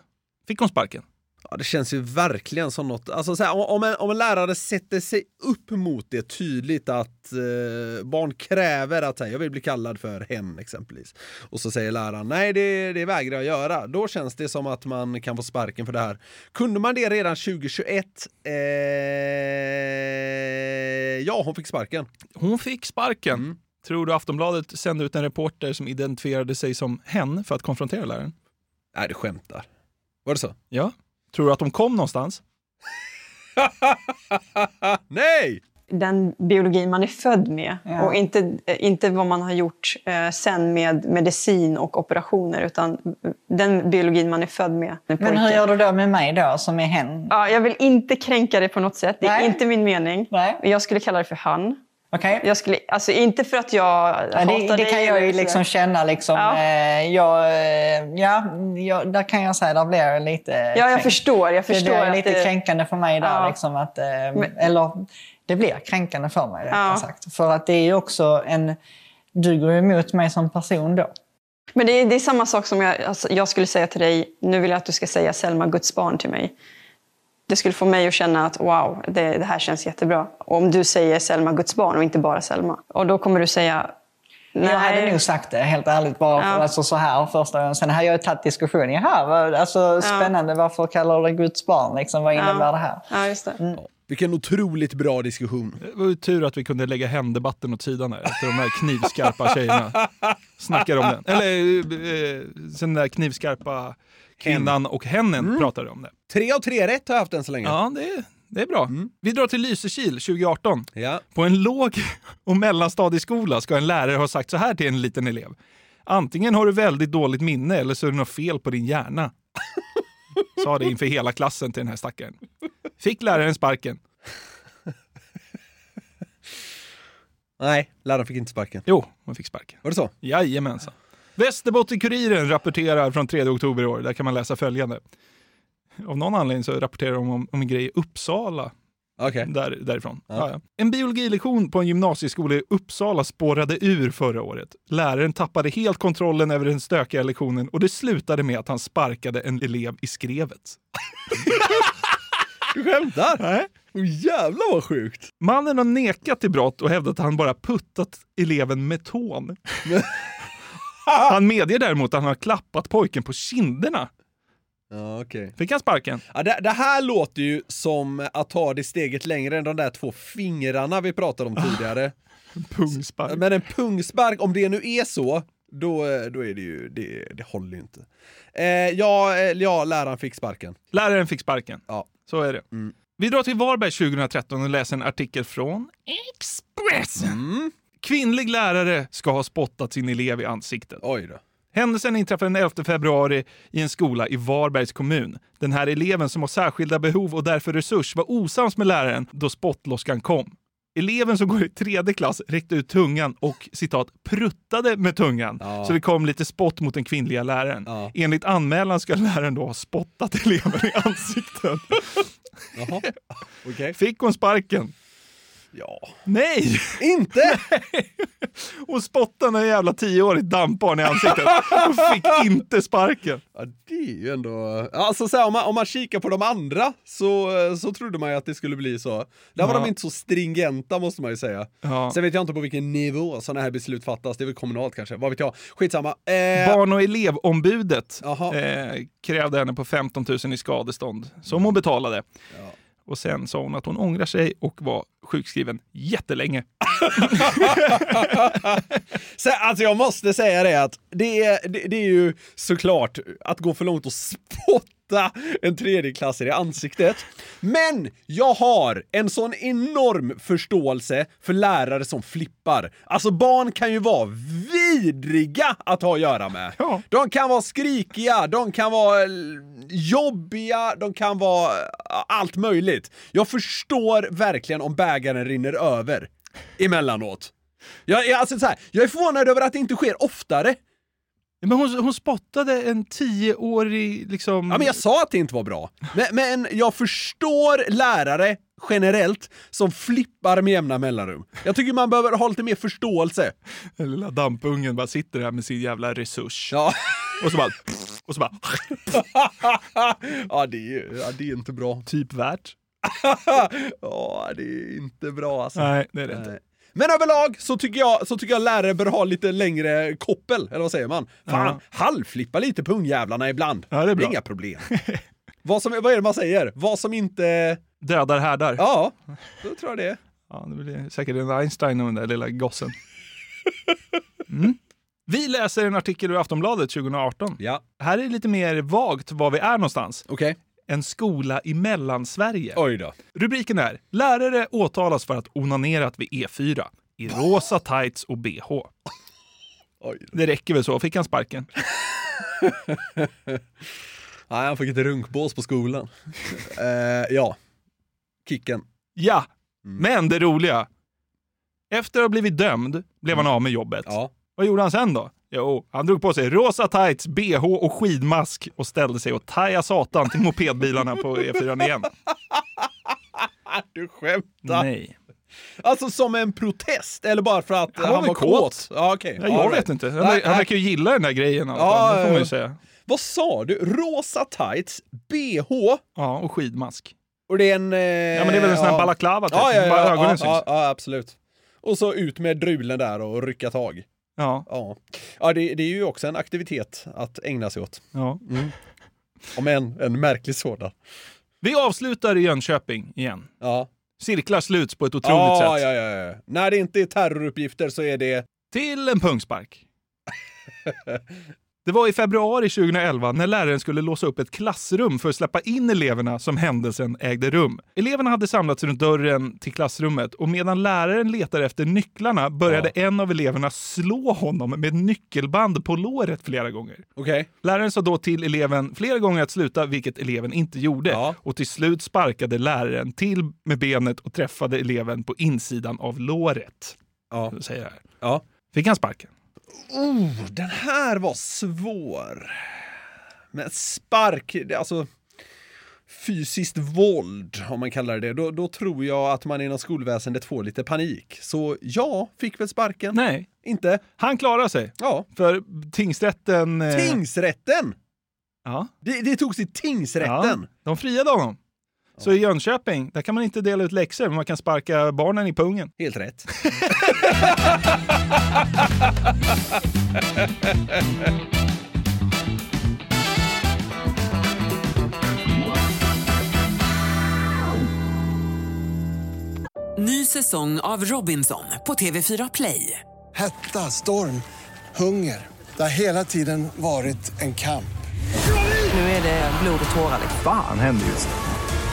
S4: Fick hon sparken?
S5: Ja, det känns ju verkligen som något, alltså så här, om- om, en, om en lärare sätter sig upp mot det tydligt att eh, barn kräver att så här, jag vill bli kallad för hen exempelvis. Och så säger läraren nej det, det vägrar jag göra. Då känns det som att man kan få sparken för det här. Kunde man det redan 2021? Eh, ja, hon fick sparken. Mm.
S4: Hon fick sparken. Tror du Aftonbladet sände ut en reporter som identifierade sig som hen för att konfrontera läraren?
S5: Nej, du skämtar. Var det så?
S4: Ja. Tror du att de kom någonstans?
S5: Ah, Nej!
S16: Den biologi man är född med
S17: Ja.
S16: och inte, eh, inte vad man har gjort eh, sen med medicin och operationer utan eh, den biologin man är född med.
S17: Men hur gör du då med mig då som är hen?
S16: Ja, jag vill inte kränka det på något sätt. Det är
S17: Nej.
S16: inte min mening. Jag skulle kalla det för han. Jag skulle, alltså inte för att jag
S17: Ja,
S16: hatar
S17: det, det
S16: dig
S17: kan jag
S16: eller
S17: ju
S16: sådär.
S17: liksom känna liksom. Eh, jag, eh, ja, jag, där kan jag säga, där blir jag lite
S16: Ja, jag
S17: kränkt.
S16: förstår. Jag
S17: Det-
S16: förstår
S17: det är
S16: att
S17: lite
S16: det-
S17: kränkande för mig där.
S16: Ja.
S17: Liksom, att, eh,
S16: Men-
S17: Eller det blir kränkande för mig rättare
S16: Ja.
S17: sagt. För att det är ju också en... Du går ju emot mig som person då.
S16: Men det är, det är samma sak som jag, alltså, jag skulle säga till dig, nu vill jag att du ska säga Selma Guds barn till mig. Det skulle få mig att känna att wow, det, det här känns jättebra. Om du säger Selma Guds barn och inte bara Selma. Och då kommer du säga
S17: Jag
S16: nej.
S17: hade nog sagt det helt ärligt bara för,
S16: Ja.
S17: alltså, så här första gången. Sen har jag ju tagit diskussion. Jaha, vad, alltså, spännande. Varför kallar du det Guds barn? Liksom, vad innebär det här?
S16: Ja, just det.
S5: Vilken otroligt bra diskussion.
S4: Det var ju tur att vi kunde lägga hen-debatten åt sidan där, efter de här knivskarpa tjejerna. Snackar om den. Eller eh, sen den där knivskarpa kvinnan och hennen
S5: Mm.
S4: pratade om det.
S5: Tre av tre rätt har jag haft än så länge.
S4: Ja, det är, det är bra. Vi drar till Lysekil 2018.
S5: Mm. Ja.
S4: På en låg och mellanstadieskola ska en lärare ha sagt så här till en liten elev. Antingen har du väldigt dåligt minne eller så är det något fel på din hjärna. Sa det inför hela klassen till den här stackaren. Fick läraren sparken.
S5: Nej, läraren fick inte sparken.
S4: Jo, hon fick sparken.
S5: Var det så?
S4: Jajamensan. Västerbotten-Kuriren rapporterar från 3 oktober i år. Där kan man läsa följande. Av någon anledning så rapporterar de om, om en grej i Uppsala. Där, därifrån.
S5: Ja.
S4: Ja, ja. En biologilektion på en gymnasieskola i Uppsala spårade ur förra året. Läraren tappade helt kontrollen över den stökiga lektionen och det slutade med att han sparkade en elev i skrevet.
S5: Du skämtar?
S4: Nej.
S5: Jävlar vad sjukt!
S4: Mannen har nekat till brott och hävdat att han bara puttat eleven med tån. Han medger däremot att han har klappat pojken på kinderna.
S5: Ja, okej.
S4: Fick han sparken?
S5: Ja, det, det här låter ju som att ta det steget längre än de där två fingrarna vi pratade om tidigare.
S4: Pungspark.
S5: Men en pungspark, om det nu är så, då, eh, då är det ju, det, det håller ju inte. Eh, ja, eh, ja, läraren fick sparken.
S4: Läraren fick sparken.
S5: Ja.
S4: Så är det. Vi drar till Varberg 2013 och läser en artikel från Expressen. Kvinnlig lärare ska ha spottat sin elev i ansiktet.
S5: Oj då.
S4: Händelsen inträffade den 11 februari i en skola i Varbergs kommun. Den här eleven som har särskilda behov och därför resurs var osams med läraren då spottlorskan kom. Eleven som går i tredje klass räckte ut tungan och citat pruttade med tungan så det kom lite spott mot den kvinnliga läraren. Enligt anmälan ska läraren då ha spottat eleven i ansiktet. Fick hon sparken?
S5: Ja.
S4: Nej!
S5: Inte?
S4: hon spottade en jävla tioårig dampbarn i ansiktet och fick inte sparken.
S5: Ja, det är ju ändå... Alltså så här, om, man, om man kikar på de andra så, eh, så trodde man ju att det skulle bli så. Där var
S4: Ja.
S5: de inte så stringenta måste man ju säga.
S4: Ja.
S5: Sen vet jag inte på vilken nivå sådana här beslut fattas. Det är väl kommunalt kanske, vad vet jag. Skitsamma. Eh,
S4: Barn och elevombudet
S5: Jaha.
S4: eh, krävde henne på 15 000 i skadestånd som hon betalade. Och sen sa hon att hon ångrar sig och var sjukskriven jättelänge.
S5: Så, alltså jag måste säga det att det är, det, det är ju såklart att gå för långt och spotta en tredjeklassare i ansiktet. Men jag har en sån enorm förståelse för lärare som flippar. Alltså barn kan ju vara vidriga att ha att göra med. De kan vara skrikiga, de kan vara l- jobbiga, de kan vara ja, allt möjligt. Jag förstår verkligen om bägaren rinner över emellanåt. Jag, jag, alltså, så här, jag är förvånad över att det inte sker oftare.
S4: Men hon, hon spottade en tioårig liksom...
S5: Ja, men jag sa att det inte var bra. Men, men jag förstår lärare generellt som flippar med jämna mellanrum. Jag tycker man behöver ha lite mer förståelse.
S4: Den lilla dampungen bara sitter där med sin jävla resurs.
S5: Ja.
S4: Och så bara... Och så bara...
S5: ja, det är, ju- ja, det är inte bra.
S4: Typ värt.
S5: ja, det är inte bra alltså.
S4: Nej, det är det inte.
S5: Men överlag så tycker, jag, så tycker jag lärare bör ha lite längre koppel, eller vad säger man? Fan, halvflippa lite på ungjävlarna ibland. Ja, det är
S4: bra.
S5: Inga problem. vad, som, vad är det man säger? Vad som inte...
S4: Dödar härdar.
S5: Ja, då tror jag det. är.
S4: Ja, det blir säkert en Einstein och den där lilla gossen. Mm. Vi läser en artikel ur Aftonbladet 2018.
S5: Ja.
S4: Här är lite mer vagt var vi är någonstans.
S5: Okay.
S4: En skola i Mellansverige.
S5: Oj då.
S4: Rubriken är “Lärare åtalas för att onanerat vid E4 i rosa tights och bh”.
S5: Oj då.
S4: Det räcker väl så, fick han sparken?
S5: Nej, han fick ett runkbås på skolan. eh, ja. Kicken.
S4: Ja,
S5: Mm.
S4: men det roliga. Efter att ha blivit dömd blev
S5: Mm.
S4: han av med jobbet. Vad gjorde han sen då? Jo, han drog på sig rosa tights, bh och skidmask och ställde sig och taja satan till mopedbilarna på E4 igen.
S5: Du skämtar?
S4: Nej.
S5: Alltså som en protest, eller bara för att han,
S4: var
S5: var,
S4: väl
S5: kåt?
S4: kåt.
S5: Ja, okej.
S4: Ja, jag
S5: All
S4: vet
S5: right.
S4: inte. Han,
S5: Nej,
S4: han
S5: nej.
S4: verkar ju gilla den där grejen. och allt
S5: Ja,
S4: annat, det får man ju
S5: ja.
S4: säga.
S5: Vad sa du? Rosa tights, bh?
S4: Ja, och skidmask.
S5: Och det är en... Eh,
S4: Ja, men det är väl en sån här balaklava typ,
S5: Ja, ja,
S4: bara
S5: ja,
S4: ögonen
S5: ja,
S4: syns.
S5: ja, ja, absolut. Och så ut med drulen där och rycka tag.
S4: Ja.
S5: Ja, ja det, det är ju också en aktivitet att ägna sig åt.
S4: Ja.
S5: Mm. Om än en märklig sådan.
S4: Vi avslutar i Jönköping igen.
S5: Ja.
S4: Cirklar sluts på ett otroligt
S5: ja,
S4: sätt.
S5: Ja, ja, ja. När det inte är terroruppgifter så är det...
S4: Till en pungspark. Det var i februari 2011 när läraren skulle låsa upp ett klassrum för att släppa in eleverna som händelsen ägde rum. Eleverna hade samlats runt dörren till klassrummet och medan läraren letade efter nycklarna började en av eleverna slå honom med nyckelband på låret flera gånger.
S5: Okej.
S4: Läraren sa då till eleven flera gånger att sluta, vilket eleven inte gjorde. Och till slut sparkade läraren till med benet och träffade eleven på insidan av låret.
S5: Ja.
S4: Säger jag här.
S5: Ja.
S4: Fick han sparken?
S5: Oh, den här var svår. Men spark, det, alltså fysiskt våld, om man kallar det då, då tror jag att man inom skolväsendet får lite panik. Så ja, fick väl sparken.
S4: Nej.
S5: Inte?
S4: Han klarar sig.
S5: Ja.
S4: För tingsrätten... eh,
S5: Tingsrätten!
S4: Ja.
S5: Det, det togs i tingsrätten.
S4: Ja, de friade honom. Så i Jönköping, där kan man inte dela ut läxor, men man kan sparka barnen i pungen.
S5: Helt rätt.
S7: Ny säsong av Robinson på TV4 Play.
S8: Hetta, storm, hunger. Det har hela tiden varit en kamp.
S9: Nu är det blod och tårar. Fan händer just det.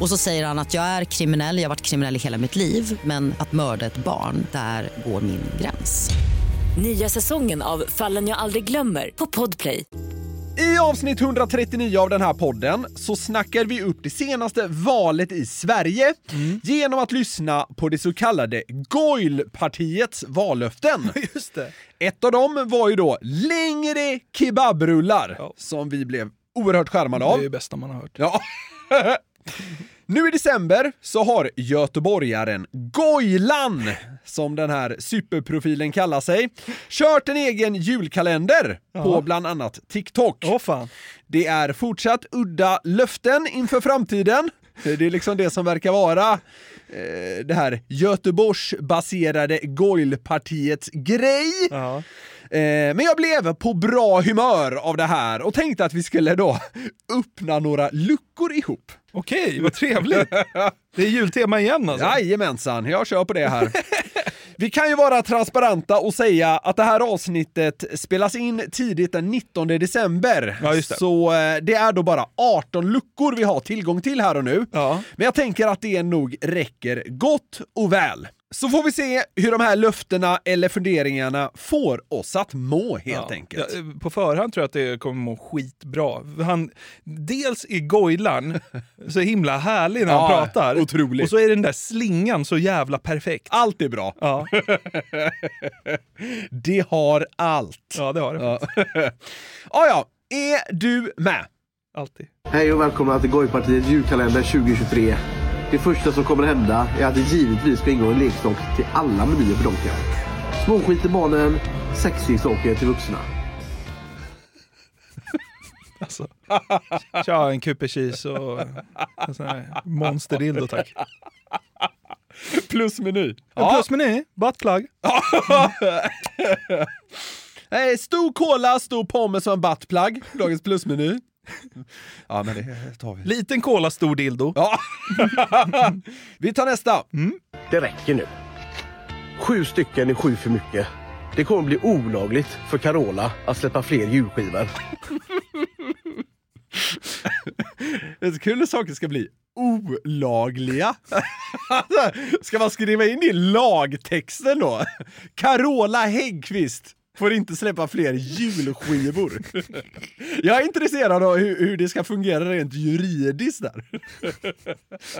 S18: Och så säger han att jag är kriminell, jag har varit kriminell i hela mitt liv men att mörda ett barn, där går min gräns.
S19: Nya säsongen av Fallen jag aldrig glömmer på Podplay.
S5: I avsnitt 139 av den här podden så snackar vi upp det senaste valet i Sverige
S4: Mm.
S5: genom att lyssna på det så kallade Goilpartiets vallöften.
S4: Just det.
S5: Ett av dem var ju då längre kebabrullar, som vi blev oerhört skärmade av.
S4: Det är ju bästa man har hört.
S5: Ja. nu i december så har göteborgaren Gojlan, som den här superprofilen kallar sig, kört en egen julkalender på
S4: Ja.
S5: bland annat TikTok. Det är fortsatt udda löften inför framtiden. Det är liksom det som verkar vara eh, det här Göteborgsbaserade Goilpartiets grej. Eh, men jag blev på bra humör av det här och tänkte att vi skulle då öppna några luckor ihop.
S4: Okej, vad trevligt. Det är jultema igen alltså?
S5: Jajamensan, jag kör på det här. Vi kan ju vara transparenta och säga att det här avsnittet spelas in tidigt den 19 december.
S4: Ja, just det.
S5: Så eh, det är då bara 18 luckor vi har tillgång till här och nu. Men jag tänker att det nog räcker gott och väl. Så får vi se hur de här löftena eller funderingarna får oss att må helt
S4: Ja.
S5: enkelt.
S4: Ja, eh, på förhand tror jag att det kommer må skitbra. Han, dels är Gojlan så himla härlig när han
S5: Ja,
S4: pratar.
S5: otroligt.
S4: Och så är den där slingan så jävla perfekt.
S5: Allt är bra.
S4: Ja.
S5: Det har allt.
S4: Ja, det har det.
S5: Ja. Ah, ja, ja. Är du med?
S4: Alltid.
S20: Hej och välkomna till Gojpartiets julkalender 2023. Det första som kommer hända är att det givetvis ska ingå en leksak till alla menyer för Donken. Småskit till barnen, sexleksaker till vuxna.
S4: Alltså. Tja, en kuperkis och en sån här monsterdildo tack.
S5: Plusmeny.
S4: En plusmeny, buttplug.
S5: Nej, stor cola, stor pommes och en buttplug. Dagens plusmeny. Ja, men det tar vi.
S4: Liten cola, stor dildo.
S5: Ja. vi tar nästa.
S20: Det räcker nu. Sju stycken är sju för mycket. Det kommer bli olagligt för Carola att släppa fler julskivor.
S5: Det är så kul när saker ska bli olagliga. Alltså, ska man skriva in det i lagtexten då? Carola Häggkvist får inte släppa fler julskivor. Jag är intresserad av hur, hur det ska fungera rent juridiskt där.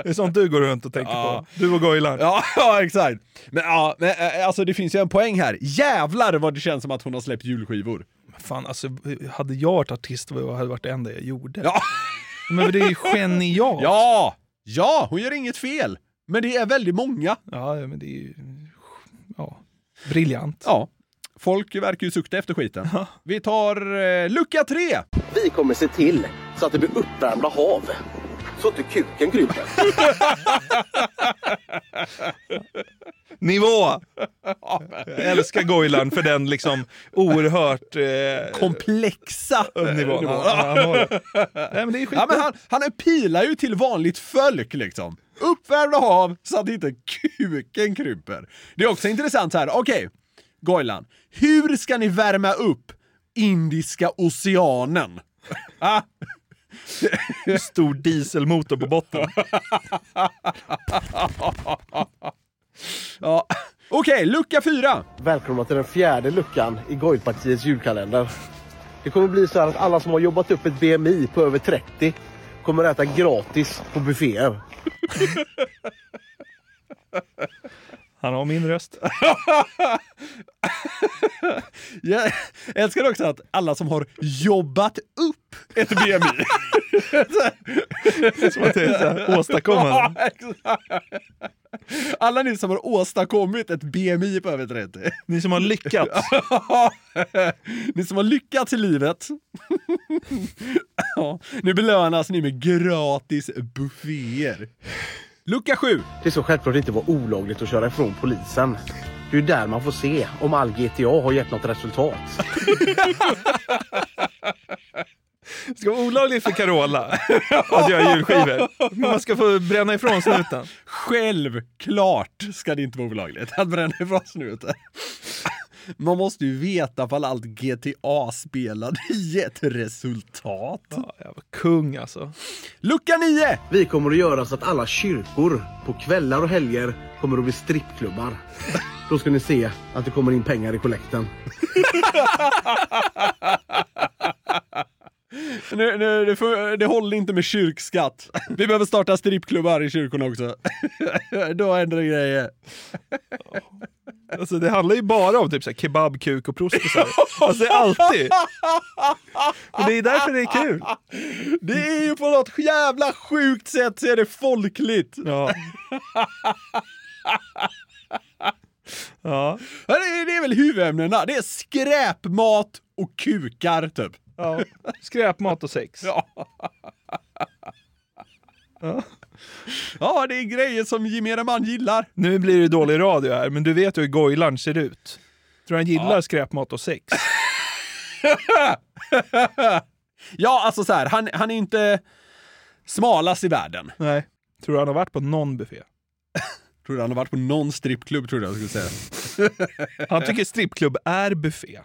S4: Det är sånt du går runt och tänker på. Du och Gojlan.
S5: Ja, ja exakt. Men, ja, men eh, alltså det finns ju en poäng här. Jävlar vad det känns som att hon har släppt julskivor.
S4: Fan, alltså hade jag varit artist vad hade varit det enda jag gjorde.
S5: Ja.
S4: Men det är ju genialt.
S5: Ja! Ja, hon gör inget fel. Men det är väldigt många.
S4: Ja, men det är ju... Ja. Briljant.
S5: Ja. Folk verkar ju sukta efter skiten. Vi tar eh, lucka tre!
S20: Vi kommer se till så att det blir uppvärmda hav. Så att inte kuken kryper.
S4: Nivå! Jag älskar Gojlan för den liksom oerhört... Eh,
S5: Komplexa
S4: nivån.
S5: Eh, nivå.
S4: Ja, han har det. Nej, men det är skitbra.
S5: Ja, men han, han pilar ju till vanligt folk liksom. Uppvärmda hav så att inte kuken kryper. Det är också intressant så här, okej, Gojlan. Hur ska ni värma upp Indiska oceanen? Ah.
S4: Stor dieselmotor på botten.
S5: ja. Okej, lucka fyra.
S20: Välkomna till den fjärde luckan i Goilpartiets julkalender. Det kommer bli så här att alla som har jobbat upp ett BMI på över 30 kommer att äta gratis på bufféer.
S4: Han har min röst.
S5: Jag älskar också att alla som har jobbat upp ett BMI.
S4: Som att det är så här, åstadkomma.
S5: Ja, exakt. Alla ni som har åstadkommit ett BMI på över 30.
S4: Ni som har lyckats.
S5: ni som har lyckats i livet. ja, nu belönas ni med gratis bufféer. Lucka 7.
S20: Det ska självklart inte vara olagligt att köra ifrån polisen. Det är ju där man får se om all GTA har gett något resultat.
S4: Det ska vara olagligt för Carola att göra julskivor. Men man ska få bränna ifrån snuten.
S5: Självklart ska det inte vara olagligt att bränna ifrån snuten. Man måste ju veta fall allt GTA spelade i ett resultat. Ja,
S4: jag var kung alltså.
S5: Lucka 9!
S20: Vi kommer att göra så att alla kyrkor på kvällar och helger kommer att bli strippklubbar. Då ska ni se att det kommer in pengar i kollekten.
S5: Nu, nu, det, får, det håller inte med kyrkskatt. Vi behöver starta strippklubbar i kyrkorna också. Då händer det grejer.
S4: Alltså det handlar ju bara om typ så här kebab, kuk och prostisar. Alltså alltid. Och det är därför det är kul.
S5: Det är ju på något jävla sjukt sätt så är det folkligt.
S4: Ja.
S5: Ja. Det är, det är väl huvudämnena. Det är skräpmat och kukar typ.
S4: Ja. Skräpmat och sex.
S5: Ja. ja. det är grejer som gemene man gillar.
S4: Nu blir det dålig radio här, men du vet hur Gojlan ser ut. Tror han gillar
S5: Ja.
S4: skräpmat och sex?
S5: ja, alltså så här, han, han är inte smalast i världen.
S4: Nej. Tror du han har varit på någon buffé?
S5: Tror du han har varit på någon strippklubb, tror jag jag skulle säga.
S4: Han tycker strippklubb är buffé.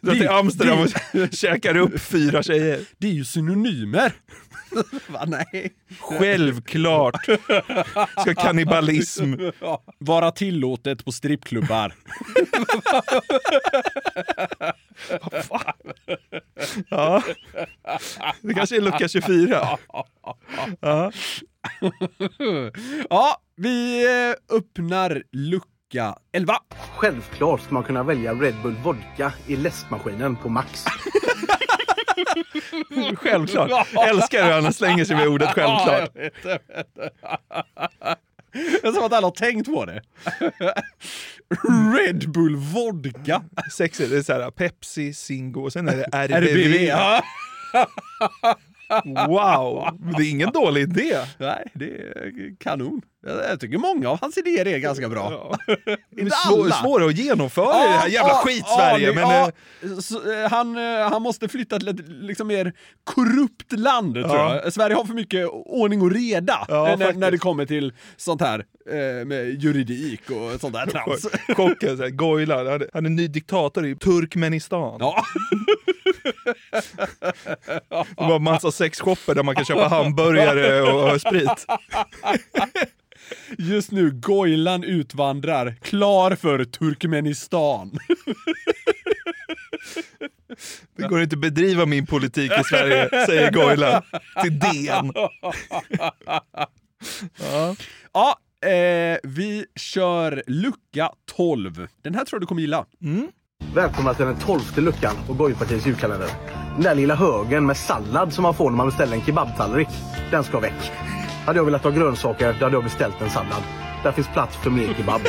S4: Drar till Amsterdam och käkar upp fyra tjejer.
S5: Det är ju synonymer. Va, nej.
S4: Självklart ska kannibalism
S5: vara tillåtet på strippklubbar.
S4: Vad fan? Ja. Det kanske är lucka 24.
S5: Ja. ja, vi eh, öppnar lucka 11.
S20: Självklart ska man kunna välja Red Bull Vodka i läskmaskinen på Max.
S4: Självklart. Älskar hur han slänger sig med ordet självklart.
S5: Ja, jag vet, jag vet. Det är som att alla har tänkt på det. Red Bull Vodka.
S4: Sexigt. Det är så här Pepsi, Singo och sen är det RBV.
S5: RBV, ja.
S4: Wow! Men Det är ingen dålig idé.
S5: Nej, det är kanon. Jag, jag tycker många av hans idéer är ganska bra.
S4: Det är svår, svårare att genomföra i det här jävla skitsverige. men, eh,
S5: men, han, eh, han måste flytta till ett liksom mer korrupt land, tror
S4: Ja.
S5: jag. Sverige har för mycket ordning och reda
S4: Ja,
S5: eh, när,
S4: faktiskt.
S5: när det kommer till sånt här eh, med juridik och sånt där trams.
S4: Kocken, så här, Gojlan, han är- han är ny diktator i Turkmenistan.
S5: Ja.
S4: Det var massa sexshopper där man kan köpa hamburgare och, och sprit.
S5: Just nu, Gojlan utvandrar, klar för Turkmenistan.
S4: Det går inte att bedriva min politik i Sverige, säger Gojlan till DN.
S5: Ja, ja eh, vi kör lucka 12. Den här tror jag du kommer gilla.
S20: Välkomna till den tolfte luckan på Gojpartiets julkalender. Den där lilla högen med sallad som man får när man beställer en kebabtallrik. Den ska väck. Hade jag velat ha grönsaker, då hade jag beställt en sallad. Där finns plats för mer kebab.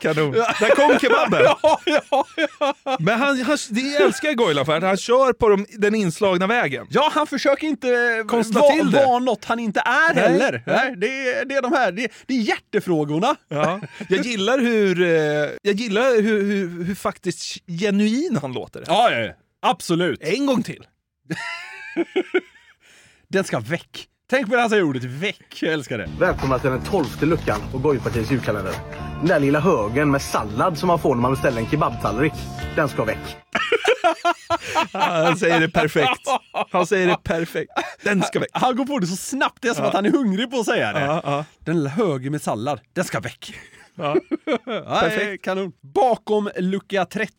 S4: Kanon. Där kom kebaben!
S5: Ja, ja,
S4: ja. Men han, han, det älskar Gojlan för att han kör på de, den inslagna vägen.
S5: Ja, han försöker inte eh,
S4: Konsta
S5: va-
S4: till det.
S5: vara något han inte är
S4: Nej,
S5: heller.
S4: nej.
S5: Nej, det, är, det är de här, det, är- det är hjärtefrågorna.
S4: Ja. Jag gillar, hur, eh, jag gillar hur, hur, hur faktiskt genuin han låter.
S5: Ja, ja, ja. absolut.
S4: En gång till.
S5: Den ska väck. Tänk på det han säger ordet väck. Jag älskar det.
S20: Välkomna till den tolfte luckan på Gojpartiets julkalender. Den där lilla högen med sallad som man får när man beställer en kebabtallrik. Den ska väck.
S4: Han säger det perfekt. Han säger det perfekt. Den ska väck.
S5: Han går på det så snabbt, det är som
S4: Ja.
S5: att han är hungrig på att säga det.
S4: Ja, ja.
S5: Den lilla högen med sallad, den ska väck.
S4: Ja.
S5: Perfekt. Kanon. Bakom lucka 13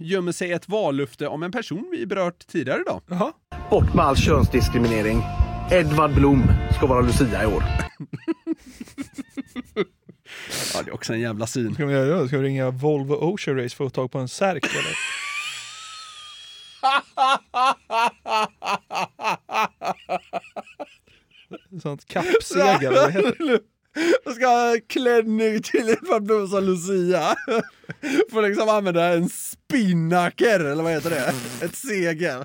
S5: gömmer sig ett vallöfte om en person vi berört tidigare idag.
S20: Bort med all könsdiskriminering. Edvard Blom ska vara Lucia i år.
S5: Ja, det är också en jävla syn.
S4: Ska vi göra då? Ska vi ringa Volvo Ocean Race för att få tag på en särk eller? Sånt kappsegel, vad heter det?
S5: Jag ska ha en klänning till Edvard Blom som Lucia. Får liksom använda en spinnaker, eller vad heter det? Ett segel.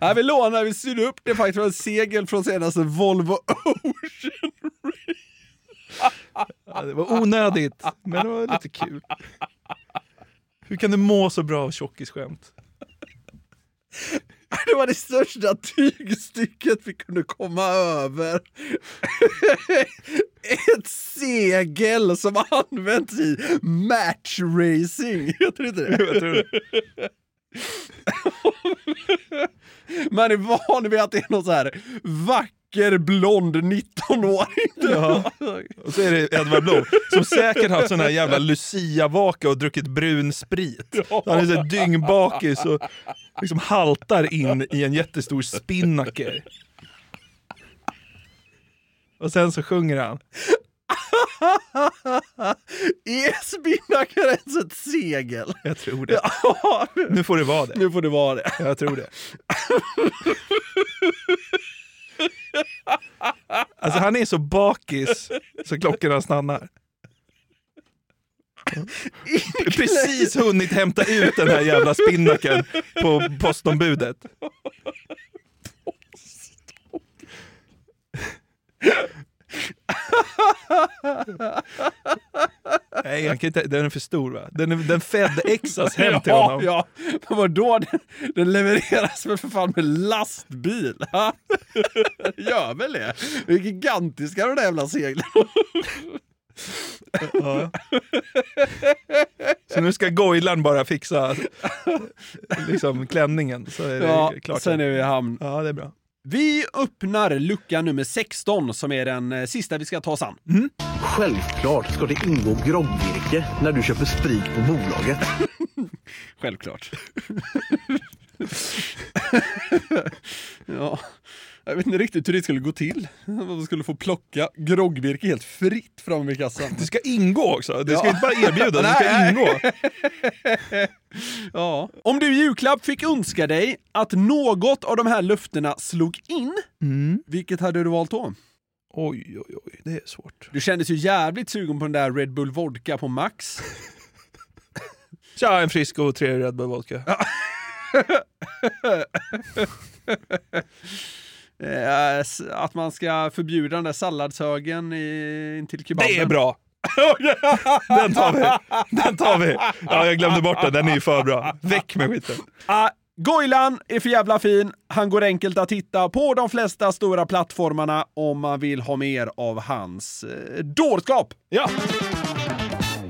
S5: Här vi lånar, vi syr upp det faktiskt från ett segel från senaste Volvo Ocean.
S4: Ja, det var onödigt, men det var lite kul. Hur kan du må så bra av tjockisskämt?
S5: Det var det största tygstycket vi kunde komma över. Ett segel som används i matchracing. Heter det inte det?
S4: Jag tror det.
S5: Man är van vid att det är någon så här vacker blond 19-åring.
S4: Ja. Och så är det Edvard Blom som säkert haft sån här jävla Lucia-vaka och druckit brun sprit. Så han är så här dyngbakis och liksom haltar in i en jättestor spinnaker. Och sen så sjunger han.
S5: Är spinnakarens ett segel?
S4: Jag tror det. Nu får det vara det.
S5: Nu får det vara det.
S4: Jag tror det. Alltså han är så bakis så klockorna stannar. Precis hunnit hämta ut den här jävla spinnaken på postombudet. Nej, han kan inte, den är för stor va? Den, är, den FedExas hem till
S5: Ja,
S4: honom.
S5: Ja, men vadå? Den, den levereras väl för fan med lastbil? ha? Den Gör väl det? Det är gigantiska de där jävla seglen.
S4: Ja. Så nu ska Gojlan bara fixa liksom, klänningen så är det
S5: Ja,
S4: klart.
S5: sen är vi i hamn.
S4: Ja, det är bra.
S5: Vi öppnar lucka nummer 16 som är den eh, sista vi ska ta oss an.
S20: Självklart ska det ingå groggvirke när du köper sprit på bolaget.
S5: Självklart. ja. Jag vet inte riktigt hur det skulle gå till. Man skulle få plocka groggvirke helt fritt fram i kassan.
S4: Det ska ingå också. Det ska inte bara erbjudas, det ska ingå.
S5: ja. Om du i julklapp fick önska dig att något av de här löftena slog in, vilket hade du valt då?
S4: Mm. Oj, oj, oj, det är svårt.
S5: Du kändes ju jävligt sugen på den där Red Bull Vodka på Max.
S4: Tja, en frisk och trevlig Red Bull Vodka.
S5: Eh, s- att man ska förbjuda den där salladshögen i, intill kebaben.
S4: Det är bra! Den tar vi! Den tar vi! Ja, jag glömde bort den, den är ju för bra. Väck med skiten.
S5: Ah, Gojlan är för jävla fin. Han går enkelt att hitta på de flesta stora plattformarna om man vill ha mer av hans eh, dårskap.
S4: Ja.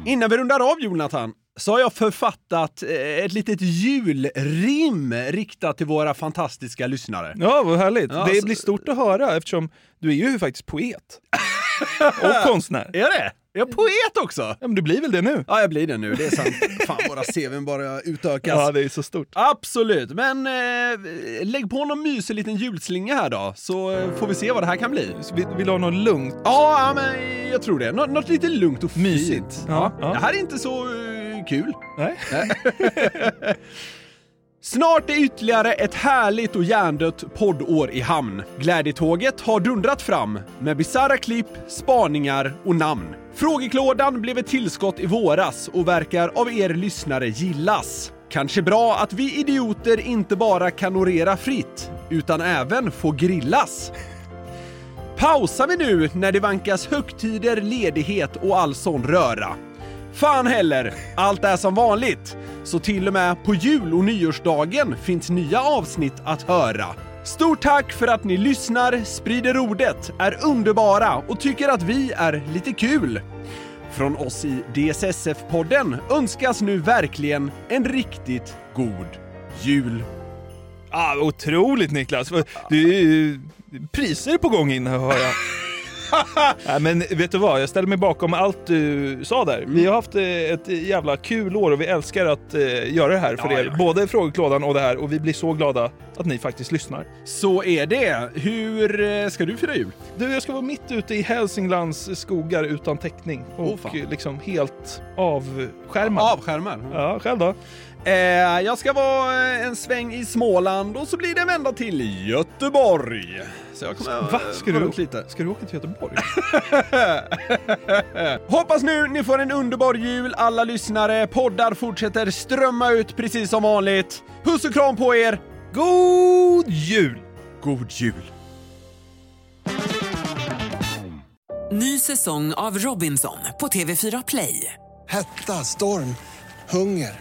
S5: Innan vi rundar av, Jonathan, så har jag författat eh, ett litet julrim riktat till våra fantastiska lyssnare.
S4: Ja, vad härligt.
S5: Ja,
S4: det
S5: så-
S4: blir stort att höra eftersom du är ju faktiskt poet. Och konstnär.
S5: Är det? Är jag poet också? Ja,
S4: men du blir väl det nu?
S5: Ja, jag blir det nu. Det är sant. Fan, våra CVn bara utökas.
S4: Ja, det är så stort.
S5: Absolut, men eh, lägg på någon mysig liten julslinga här då, så eh, får vi se vad det här kan bli.
S4: Vill, vill du ha något lugnt?
S5: Ja, ja, men jag tror det. Nå något lite lugnt och mysigt.
S4: Ja,
S5: Ja,
S4: ja.
S5: Det här är inte så eh, kul.
S4: Nej.
S5: Snart är ytterligare ett härligt och hjärndött poddår i hamn. Glädjetåget har dundrat fram med bisarra klipp, spaningar och namn. Frågeklådan blev ett tillskott i våras och verkar av er lyssnare gillas. Kanske bra att vi idioter inte bara kan orera fritt, utan även får grillas. Pausar vi nu när det vankas högtider, ledighet och all sån röra? Fan heller, allt är som vanligt. Så till och med på jul och nyårsdagen finns nya avsnitt att höra. Stort tack för att ni lyssnar, sprider ordet, är underbara och tycker att vi är lite kul. Från oss i DSSF-podden önskas nu verkligen en riktigt god jul.
S4: Ah, otroligt Niklas! Du är ju priser på gång in här hör jag. Nej, men vet du vad, jag ställer mig bakom allt du sa där. Vi har haft eh, ett jävla kul år och vi älskar att eh, göra det här för
S5: Ja,
S4: er.
S5: ja.
S4: Både frågeklådan och det här och vi blir så glada att ni faktiskt lyssnar.
S5: Så är det. Hur eh, ska du fira jul?
S4: Du, jag ska vara mitt ute i Hälsinglands skogar utan täckning
S5: Åh,
S4: och
S5: fan.
S4: eh, liksom helt avskärmad.
S5: Avskärmar?
S4: Ja, själv då?
S5: Eh, jag ska vara eh, en sväng i Småland och så blir det en vända till Göteborg. Så jag kommer
S4: Va? Ska
S5: eh,
S4: du,
S5: vara lite.
S4: ska du åka till Göteborg?
S5: Hoppas nu ni får en underbar jul alla lyssnare. Poddar fortsätter strömma ut precis som vanligt. Puss och kram på er! God jul! God jul!
S7: Ny säsong av Robinson på TV4 Play.
S8: Hetta, storm, hunger.